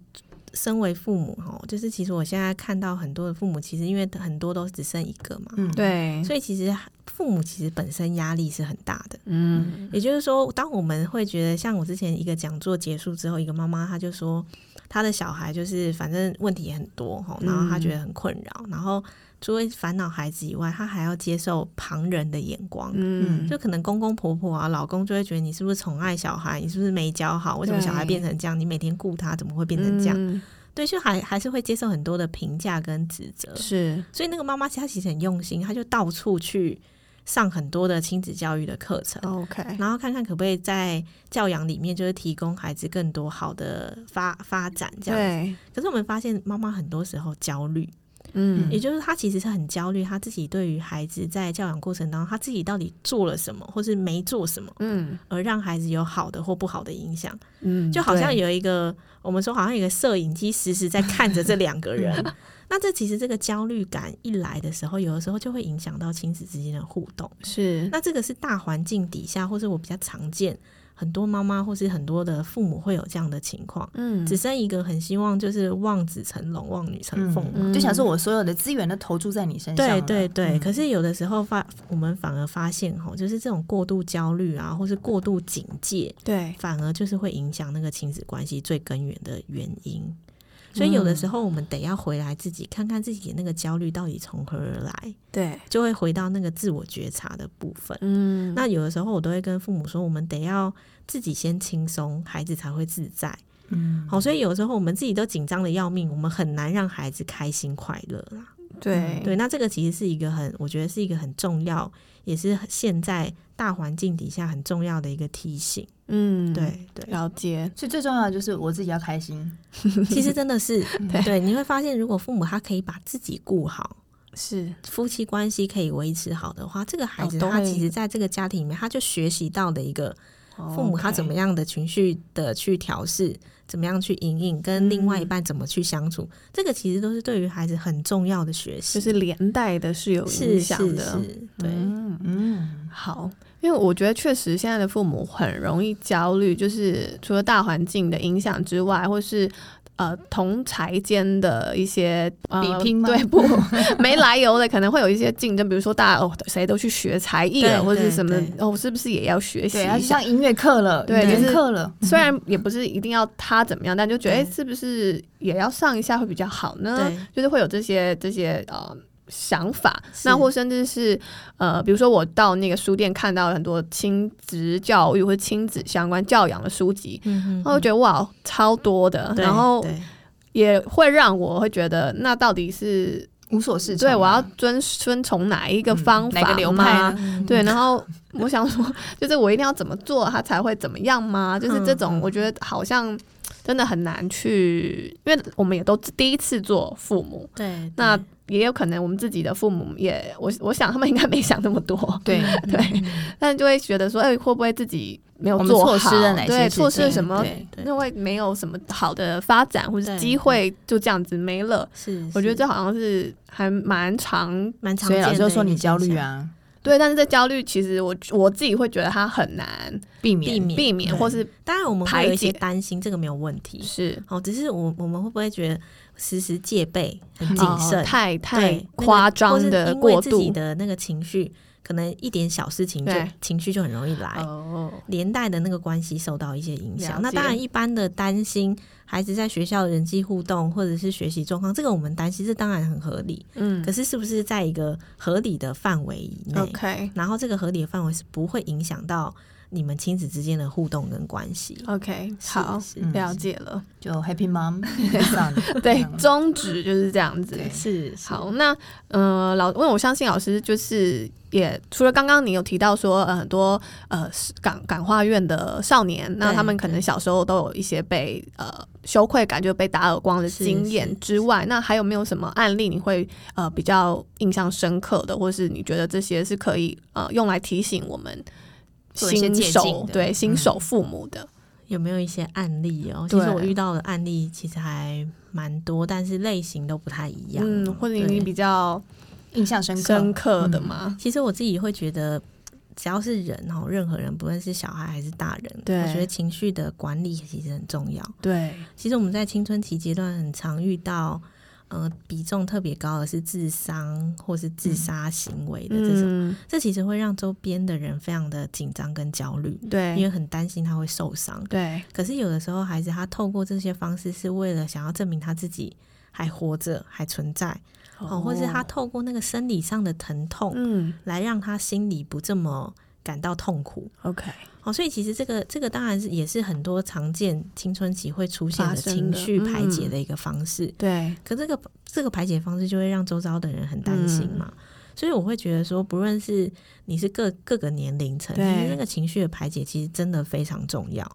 Speaker 3: 身为父母哈，就是其实我现在看到很多的父母，其实因为很多都只剩一个嘛，
Speaker 1: 嗯，，
Speaker 2: 对，
Speaker 3: 所以其实父母其实本身压力是很大的。
Speaker 2: 嗯，
Speaker 3: 也就是说，当我们会觉得，像我之前一个讲座结束之后，一个妈妈她就说，她的小孩就是反正问题也很多吼，然后她
Speaker 1: 嗯
Speaker 3: 觉得很困扰，然后除了烦恼孩子以外，她还要接受旁人的眼光。
Speaker 2: 嗯，
Speaker 3: 就可能公公婆婆啊，老公就会觉得你是不是宠爱小孩，你是不是没教好，为什么
Speaker 2: 对
Speaker 3: 小孩变成这样？你每天顾他，怎么会变成
Speaker 2: 嗯
Speaker 3: 这样？对，就还还是会接受很多的评价跟指责。
Speaker 2: 是，
Speaker 3: 所以那个妈妈其实她其实很用心，她就到处去上很多的亲子教育的课程，
Speaker 2: 哦 OK，
Speaker 3: 然后看看可不可以在教养里面就是提供孩子更多好的发发展这样。
Speaker 2: 对，
Speaker 3: 可是我们发现妈妈很多时候焦虑，
Speaker 2: 嗯
Speaker 3: 也就是她其实是很焦虑，她自己对于孩子在教养过程当中，她自己到底做了什么，或是没做什么，
Speaker 2: 嗯
Speaker 3: 而让孩子有好的或不好的影响。
Speaker 2: 嗯，
Speaker 3: 就好像
Speaker 2: 对
Speaker 3: 有一个我们说好像有一个摄影机时时在看着这两个人。那这其实这个焦虑感一来的时候，有的时候就会影响到亲子之间的互动。
Speaker 2: 嗯是
Speaker 3: 那这个是大环境底下，或是我比较常见，很多妈妈或是很多的父母会有这样的情况，
Speaker 2: 嗯
Speaker 3: 只剩一个很希望就是望子成龙，望女成凤嘛。
Speaker 1: 嗯，就想说我所有的资源都投注在你身上
Speaker 3: 对
Speaker 1: 了，
Speaker 3: 对对，
Speaker 1: 嗯
Speaker 3: 可是有的时候发，我们反而发现吼，就是这种过度焦虑啊，或是过度警戒，
Speaker 2: 对，
Speaker 3: 反而就是会影响那个亲子关系最根源的原因。所
Speaker 2: 嗯
Speaker 3: 以有的时候我们得要回来自己看看自己那个焦虑到底从何而来，
Speaker 2: 对，
Speaker 3: 就会回到那个自我觉察的部分。
Speaker 2: 嗯
Speaker 3: 那有的时候我都会跟父母说，我们得要自己先轻松，孩子才会自在。
Speaker 1: 嗯，
Speaker 3: 好，所以有时候我们自己都紧张的要命，我们很难让孩子开心快乐啦。
Speaker 2: 嗯对
Speaker 3: 对，那这个其实是一个很，我觉得是一个很重要，也是现在大环境底下很重要的一个提醒。
Speaker 2: 嗯
Speaker 3: 对对，
Speaker 2: 了解，
Speaker 1: 所以最重要的就是我自己要开心，
Speaker 3: 其实真的是
Speaker 2: 对
Speaker 3: 对，你会发现，如果父母他可以把自己顾好，
Speaker 2: 是
Speaker 3: 夫妻关系可以维持好的话，这个孩
Speaker 2: 哦
Speaker 3: 子
Speaker 2: 都
Speaker 3: 他
Speaker 2: 会
Speaker 3: 其实在这个家庭里面，他就学习到的一个哦
Speaker 2: 哦
Speaker 3: 父母他怎么
Speaker 2: 样？
Speaker 3: 样的情绪的去调试，怎么样去引领，跟另外一
Speaker 2: 嗯
Speaker 3: 半怎么去相处，这个其实都是对于孩子很重要的学习，
Speaker 2: 就是连带的是有影
Speaker 3: 是
Speaker 2: 响
Speaker 3: 是
Speaker 2: 的，
Speaker 3: 是，对。
Speaker 2: 嗯
Speaker 1: 嗯，
Speaker 2: 好，因为我觉得确实现在的父母很容易焦虑，就是除了大环境的影响之外，或是呃同才间的一些、呃、
Speaker 1: 比拼吗
Speaker 2: 对 不没来由的可能会有一些竞争，比如说大家哦谁都去学才艺了，
Speaker 3: 对
Speaker 2: 或者是
Speaker 3: 对
Speaker 2: 什么
Speaker 3: 对
Speaker 2: 哦是不是也要学习
Speaker 1: 对，他
Speaker 2: 一
Speaker 1: 就
Speaker 2: 下？
Speaker 1: 像音乐课了，
Speaker 2: 对
Speaker 1: 语言
Speaker 2: 就是
Speaker 1: 课了，
Speaker 2: 虽然也不是一定要他怎么样，但就觉得哎、
Speaker 3: 对
Speaker 2: 诶是不是也要上一下会比较好呢？
Speaker 3: 对
Speaker 2: 就是会有这些这些呃想法，
Speaker 3: 是
Speaker 2: 那或甚至是呃，比如说我到那个书店看到很多亲子教育或亲子相关教养的书籍，
Speaker 3: 嗯
Speaker 2: 然后我觉得哇哦超多的，
Speaker 3: 对
Speaker 2: 然后
Speaker 3: 对
Speaker 2: 也会让我会觉得那到底是
Speaker 1: 无所适从啊。
Speaker 2: 对我要遵遵从哪一个
Speaker 1: 嗯
Speaker 2: 方法、
Speaker 1: 哪个流派啊？？
Speaker 2: 对，然后我想说，就是我一定要怎么做，它才会怎么样吗？就是这种，
Speaker 3: 嗯嗯
Speaker 2: 我觉得好像真的很难去，因为我们也都第一次做父母，
Speaker 3: 对，
Speaker 1: 嗯
Speaker 2: 那也有可能我们自己的父母也，我我想他们应该没想那么多，
Speaker 1: 对，
Speaker 2: 对，但就会觉得说，哎、会不会自己没有
Speaker 1: 我们
Speaker 2: 做
Speaker 1: 错
Speaker 2: 好？
Speaker 1: 失了哪些
Speaker 2: 对，
Speaker 1: 事
Speaker 2: 错失了
Speaker 1: 情
Speaker 2: 什么？
Speaker 1: 对
Speaker 3: 对
Speaker 2: 那会没有什么好的发展或者
Speaker 3: 对
Speaker 2: 机会，就这样子没了。
Speaker 3: 是，
Speaker 2: 我觉得
Speaker 3: 是
Speaker 2: 这好像是还蛮常
Speaker 3: 蛮常
Speaker 1: 所以
Speaker 3: 见
Speaker 1: 老
Speaker 3: 的一
Speaker 1: 师
Speaker 3: 个现象。
Speaker 1: 就说你焦虑啊，
Speaker 2: 对，但是这焦虑其实我我自己会觉得它很难
Speaker 1: 避
Speaker 3: 避
Speaker 1: 免
Speaker 3: 免
Speaker 2: 避免，
Speaker 3: 对嗯
Speaker 2: 或是
Speaker 3: 当然我们
Speaker 2: 排
Speaker 3: 会有一些
Speaker 2: 解
Speaker 3: 担心，这个没有问题。
Speaker 2: 是
Speaker 3: 哦，只是我我们会不会觉得时时戒备、很
Speaker 1: 啊
Speaker 3: 谨
Speaker 2: 哦
Speaker 3: 慎、
Speaker 2: 太太
Speaker 3: 对那个
Speaker 2: 夸
Speaker 3: 或
Speaker 2: 张
Speaker 3: 是
Speaker 2: 的
Speaker 3: 因为
Speaker 2: 过
Speaker 3: 自己
Speaker 2: 度
Speaker 3: 的那个情绪，可能一点小事情就
Speaker 2: 对
Speaker 3: 情绪就很容易来，
Speaker 2: 哦，
Speaker 3: 连带的那个关系受到一些影
Speaker 2: 了
Speaker 3: 响。那
Speaker 2: 解
Speaker 3: 当然，一般的担心孩子在学校的人际互动或者是学习状况，这个我们担心，这当然很合理。
Speaker 2: 嗯
Speaker 3: 可是是不是在一个合理的范围以内？
Speaker 2: ，OK
Speaker 3: 然后这个合理的范围是不会影响到你们亲子之间的互动跟关系。
Speaker 2: OK，
Speaker 3: 是
Speaker 2: 好，
Speaker 3: 是
Speaker 1: 嗯
Speaker 2: 了解了。
Speaker 1: 就 Happy Mom 上
Speaker 2: 对，
Speaker 3: 嗯
Speaker 2: 宗旨就是这样子。
Speaker 1: 对
Speaker 3: 是
Speaker 2: 好，那呃，老，因为我相信老师就是也除了刚刚你有提到说，呃，很多呃是感感化院的少年，那
Speaker 3: 对
Speaker 2: 他们可能
Speaker 3: 对
Speaker 2: 小时候都有一些被呃羞愧感，就被打耳光的
Speaker 3: 是
Speaker 2: 经
Speaker 3: 是
Speaker 2: 验之外，那还有没有什么案例你会呃比较印象深刻的，或是你觉得这些是可以呃用来提醒我们
Speaker 1: 做一些
Speaker 2: 新
Speaker 1: 借鉴
Speaker 2: 手
Speaker 1: 的
Speaker 2: 对新
Speaker 1: 嗯
Speaker 2: 手父母的？
Speaker 3: 有没有一些案例哦？其实
Speaker 2: 对
Speaker 3: 我遇到的案例其实还蛮多，但是类型都不太一样。
Speaker 2: 嗯，或者你
Speaker 3: 对嗯
Speaker 2: 比较
Speaker 1: 印象深刻
Speaker 2: 深刻的吗？
Speaker 3: 其实我自己会觉得，只要是人哦，任何人，不论是小孩还是大人，
Speaker 2: 对
Speaker 3: 我觉得情绪的管理其实很重要。
Speaker 2: 对，
Speaker 3: 其实我们在青春期阶段很常遇到，呃，比重特别高的是自伤或是自杀行为的这种，
Speaker 2: 嗯，
Speaker 3: 这其实会让周边的人非常的紧张跟焦虑，因
Speaker 2: 对
Speaker 3: 为很担心他会受伤。
Speaker 2: 对
Speaker 3: 可是有的时候，孩子他透过这些方式，是为了想要证明他自己还活着、还存在，哦，或是他透过那个生理上的疼痛，
Speaker 2: 嗯
Speaker 3: 来让他心里不这么感到痛苦。
Speaker 2: ，OK，
Speaker 3: 哦，所以其实这个这个当然是也是很多常见青春期会出现
Speaker 2: 发
Speaker 3: 的
Speaker 2: 生
Speaker 3: 情
Speaker 2: 的
Speaker 3: 绪排解
Speaker 2: 嗯
Speaker 3: 的一个方式。
Speaker 2: 对
Speaker 3: 可这个这个排解方式就会让周遭的人很担心嘛。
Speaker 2: 嗯
Speaker 3: 所以我会觉得说，不论是你是各各个年龄层，其
Speaker 2: 对
Speaker 3: 实那个情绪的排解其实真的非常重要。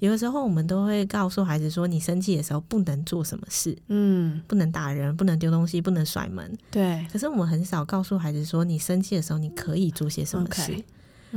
Speaker 3: 有的时候我们都会告诉孩子说，你生气的时候不能做什么事，
Speaker 2: 嗯
Speaker 3: 不能打人，不能丢东西，不能甩门。
Speaker 2: 对，
Speaker 3: 可是我们很少告诉孩子说，你生气的时候你可以做些什么事。
Speaker 2: OK，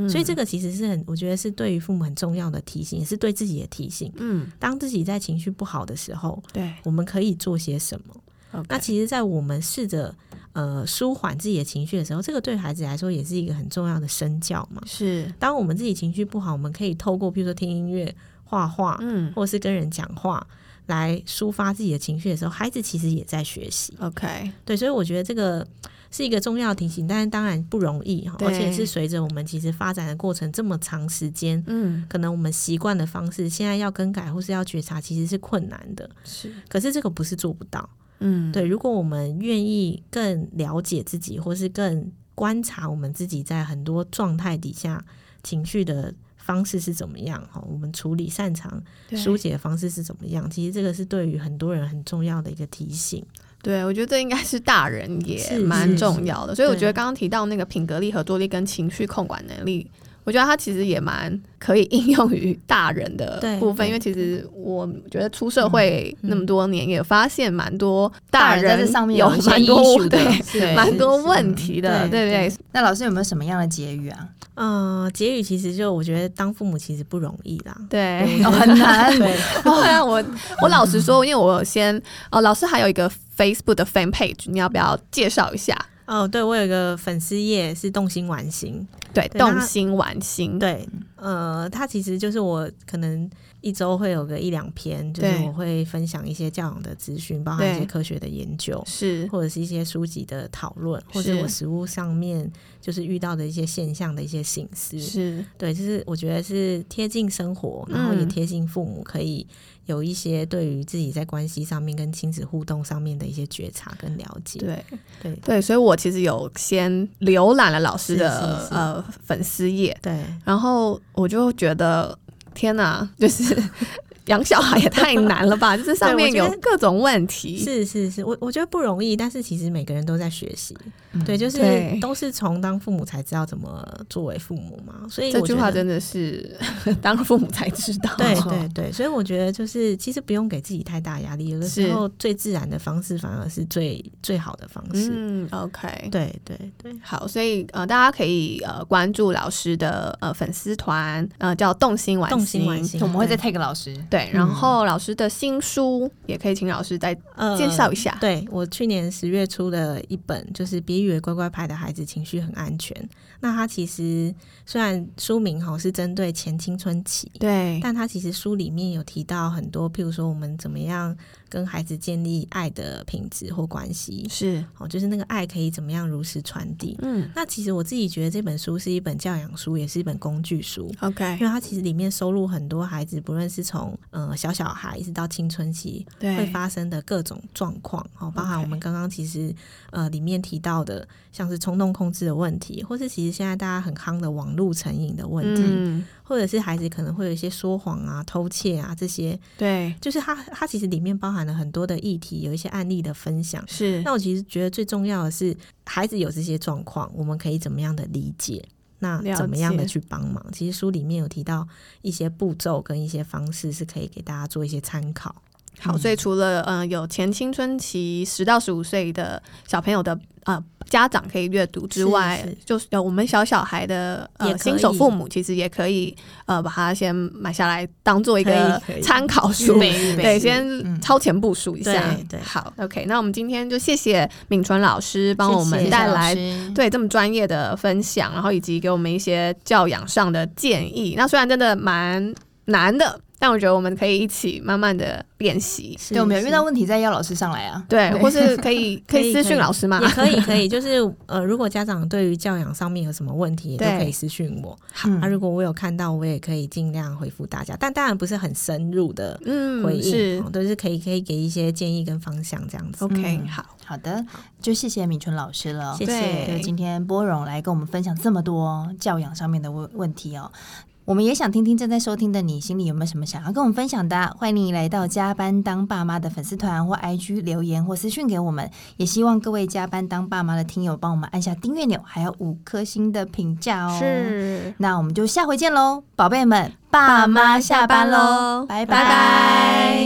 Speaker 3: 所以
Speaker 2: 嗯
Speaker 3: 这个其实是很，我觉得是对于父母很重要的提醒，也是对自己的提醒。
Speaker 2: 嗯
Speaker 3: 当自己在情绪不好的时候，
Speaker 2: 对
Speaker 3: 我们可以做些什么？
Speaker 2: ，OK，
Speaker 3: 那其实，在我们试着呃舒缓自己的情绪的时候，这个对孩子来说也是一个很重要的身教嘛。
Speaker 2: 是
Speaker 3: 当我们自己情绪不好，我们可以透过比如说听音乐、画画，
Speaker 2: 嗯
Speaker 3: 或是跟人讲话来抒发自己的情绪的时候，孩子其实也在学习。
Speaker 2: OK，
Speaker 3: 对，所以我觉得这个是一个重要的提醒，但是当然不容易哈，
Speaker 2: 对
Speaker 3: 而且是随着我们其实发展的过程这么长时间。
Speaker 2: 嗯
Speaker 3: 可能我们习惯的方式，现在要更改或是要觉察，其实是困难的。
Speaker 2: 是
Speaker 3: 可是这个不是做不到，
Speaker 2: 嗯
Speaker 3: 对，如果我们愿意更了解自己，或是更观察我们自己在很多状态底下情绪的方式是怎么样，哈，我们处理擅长
Speaker 2: 对
Speaker 3: 疏解的方式是怎么样，其实这个是对于很多人很重要的一个提醒。
Speaker 2: 对，我觉得这应该是大人也
Speaker 3: 是
Speaker 2: 蛮
Speaker 3: 是
Speaker 2: 重
Speaker 3: 是
Speaker 2: 要的，所以我
Speaker 3: 对
Speaker 2: 觉得刚刚提到那个品格力、合作力跟情绪控管能力，我觉得它其实也蛮可以 应用于大人的
Speaker 3: 对
Speaker 2: 部分，
Speaker 3: 对
Speaker 2: 因为其实我觉得出社会那么多年，也发现蛮多大
Speaker 1: 人在这上面
Speaker 2: 有
Speaker 1: 一些
Speaker 2: 蛮多
Speaker 1: issue 的
Speaker 2: 对
Speaker 1: 对
Speaker 2: 蛮多
Speaker 3: 是
Speaker 2: 问题的，
Speaker 3: 对
Speaker 2: 对
Speaker 3: 对
Speaker 2: 对对
Speaker 1: 那老师有没有什么样的结语 啊？
Speaker 3: 嗯、结语其实就我觉得当父母其实不容易啦。
Speaker 2: 对。
Speaker 1: 哦，很难，
Speaker 3: 对，
Speaker 2: 对啊，我我老实说，因为我先哦，老师还有一个 Facebook 的 fan page，你要不要介绍一下？
Speaker 3: 哦，对我有一个粉丝页是动心玩心，
Speaker 2: 对，
Speaker 3: 对
Speaker 2: 动
Speaker 3: 那
Speaker 2: 心玩心，
Speaker 3: 对，
Speaker 2: 嗯
Speaker 3: 呃，它其实就是我可能一周会有个一两篇，就是
Speaker 2: 对
Speaker 3: 我会分享一些教养的资讯，包含一
Speaker 2: 对
Speaker 3: 些科学的研究，
Speaker 2: 是
Speaker 3: 或者是一些书籍的讨论，或
Speaker 2: 是
Speaker 3: 者我实物上面就是遇到的一些现象的一些醒思。
Speaker 2: 是，
Speaker 3: 对，就是我觉得是贴近生活，然后也
Speaker 2: 嗯
Speaker 3: 贴近父母，可以有一些对于自己在关系上面跟亲子互动上面的一些觉察跟了解。
Speaker 2: 对。
Speaker 3: 对
Speaker 2: 对，所以我其实有先浏览了老师
Speaker 3: 是
Speaker 2: 的
Speaker 3: 是是
Speaker 2: 呃粉丝页，
Speaker 3: 对。
Speaker 2: 然后我就觉得天哪，就是 养小孩也太难了吧！就是上
Speaker 3: 对我
Speaker 2: 面
Speaker 3: 觉
Speaker 2: 有
Speaker 3: 得
Speaker 2: 各种问题，
Speaker 3: 是是是，我我觉得不容易，但是其实每个人都在学习，
Speaker 1: 嗯
Speaker 3: 对，就是
Speaker 2: 对
Speaker 3: 都是从当父母才知道怎么作为父母嘛，所以
Speaker 2: 这
Speaker 3: 我
Speaker 2: 句
Speaker 3: 觉
Speaker 2: 话
Speaker 3: 得
Speaker 2: 真的是 当父母才知道。
Speaker 3: 对
Speaker 1: 好
Speaker 3: 对对，所以我觉得就是其实不用给自己太大压力，有的
Speaker 2: 是
Speaker 3: 时候最自然的方式反而是最最好的方式，
Speaker 2: 嗯，OK。
Speaker 3: 对对对，
Speaker 2: 好，所以呃，大家可以呃关注老师的呃粉丝团，呃叫动心玩
Speaker 3: 动心玩心，嗯
Speaker 1: 我们会再
Speaker 3: 对
Speaker 1: tag 老师。
Speaker 2: 对，然后老师的新书也可以请老师再
Speaker 3: 呃
Speaker 2: 介绍一下。
Speaker 3: 对我去年十月出的一本，就是《别以为乖乖牌的孩子情绪很安全》。那它其实虽然书名哈是针对前青春期，
Speaker 2: 对
Speaker 3: 但他其实书里面有提到很多，譬如说我们怎么样跟孩子建立爱的品质或关系，
Speaker 2: 是，
Speaker 3: 哦，就是那个爱可以怎么样如实传递。
Speaker 2: 嗯
Speaker 3: 那其实我自己觉得这本书是一本教养书，也是一本工具书，
Speaker 2: ，OK，
Speaker 3: 因为它其实里面收录很多孩子，不论是从呃小小孩一直到青春期
Speaker 2: 对，
Speaker 3: 会发生的各种状况，哦，包含
Speaker 2: OK
Speaker 3: 我们刚刚其实呃里面提到的，像是冲动控制的问题，或是其实现在大家很夯的网络成瘾的问题，
Speaker 2: 嗯，
Speaker 3: 或者是孩子可能会有一些说谎啊、偷窃啊这些，
Speaker 2: 对，
Speaker 3: 就是它它其实里面包含了很多的议题，有一些案例的分享。
Speaker 2: 是
Speaker 3: 那我其实觉得最重要的是，孩子有这些状况，我们可以怎么样的理解？那
Speaker 2: 了解
Speaker 3: 怎么样的去帮忙？其实书里面有提到一些步骤跟一些方式，是可以给大家做一些参考。
Speaker 2: 好，所以除了嗯、呃有前青春期十到十五岁的小朋友的呃家长可以阅读之外，
Speaker 3: 是是
Speaker 2: 就是呃我们小小孩的
Speaker 3: 也
Speaker 2: 呃
Speaker 3: 可以
Speaker 2: 新手父母其实也可以呃把它先买下来当做一个
Speaker 3: 可以可以
Speaker 2: 参考
Speaker 1: 预
Speaker 2: 书，
Speaker 1: 备预备，
Speaker 2: 对，
Speaker 1: 嗯
Speaker 2: 先超前部署一下。
Speaker 3: 对对
Speaker 2: 好，OK，那我们今天就谢谢敏纯老师帮我
Speaker 3: 谢
Speaker 2: 们
Speaker 3: 谢
Speaker 2: 带来
Speaker 1: 对
Speaker 2: 对这么专业的分享，然后以及给我们一些教养上的建议。那虽然真的蛮难的，但我觉得我们可以一起慢慢的练习，
Speaker 3: 是
Speaker 1: 对，我们有
Speaker 3: 是
Speaker 1: 遇到问题再邀老师上来啊。
Speaker 2: 对，或是 可以可
Speaker 3: 可以
Speaker 2: 以私讯老师嘛
Speaker 3: 也？可以，可以，就是呃，如果家长对于教养上面有什么问题，也都
Speaker 2: 对
Speaker 3: 可以私讯我。
Speaker 1: 嗯
Speaker 3: 啊，如果我有看到，我也可以尽量回复大家，但当然不是很深入的回
Speaker 2: 嗯，
Speaker 3: 应，
Speaker 2: 是
Speaker 3: 哦都是可以可以给一些建议跟方向这样子。
Speaker 2: OK，
Speaker 1: 嗯
Speaker 2: 好，
Speaker 1: 好的，就谢谢敏纯老师了。
Speaker 3: 谢
Speaker 1: 对，
Speaker 2: 对
Speaker 3: 谢，
Speaker 1: 今天波荣来跟我们分享这么多教养上面的问问题哦。我们也想听听正在收听的你心里有没有什么想要跟我们分享的啊、欢迎你来到加班当爸妈的粉丝团或 IG 留言或私讯给我们。也希望各位加班当爸妈的听友帮我们按下订阅钮，还有五颗星的评价哦。，
Speaker 2: 是，
Speaker 1: 那我们就下回见喽，宝贝们，爸妈下班喽，拜
Speaker 2: 拜拜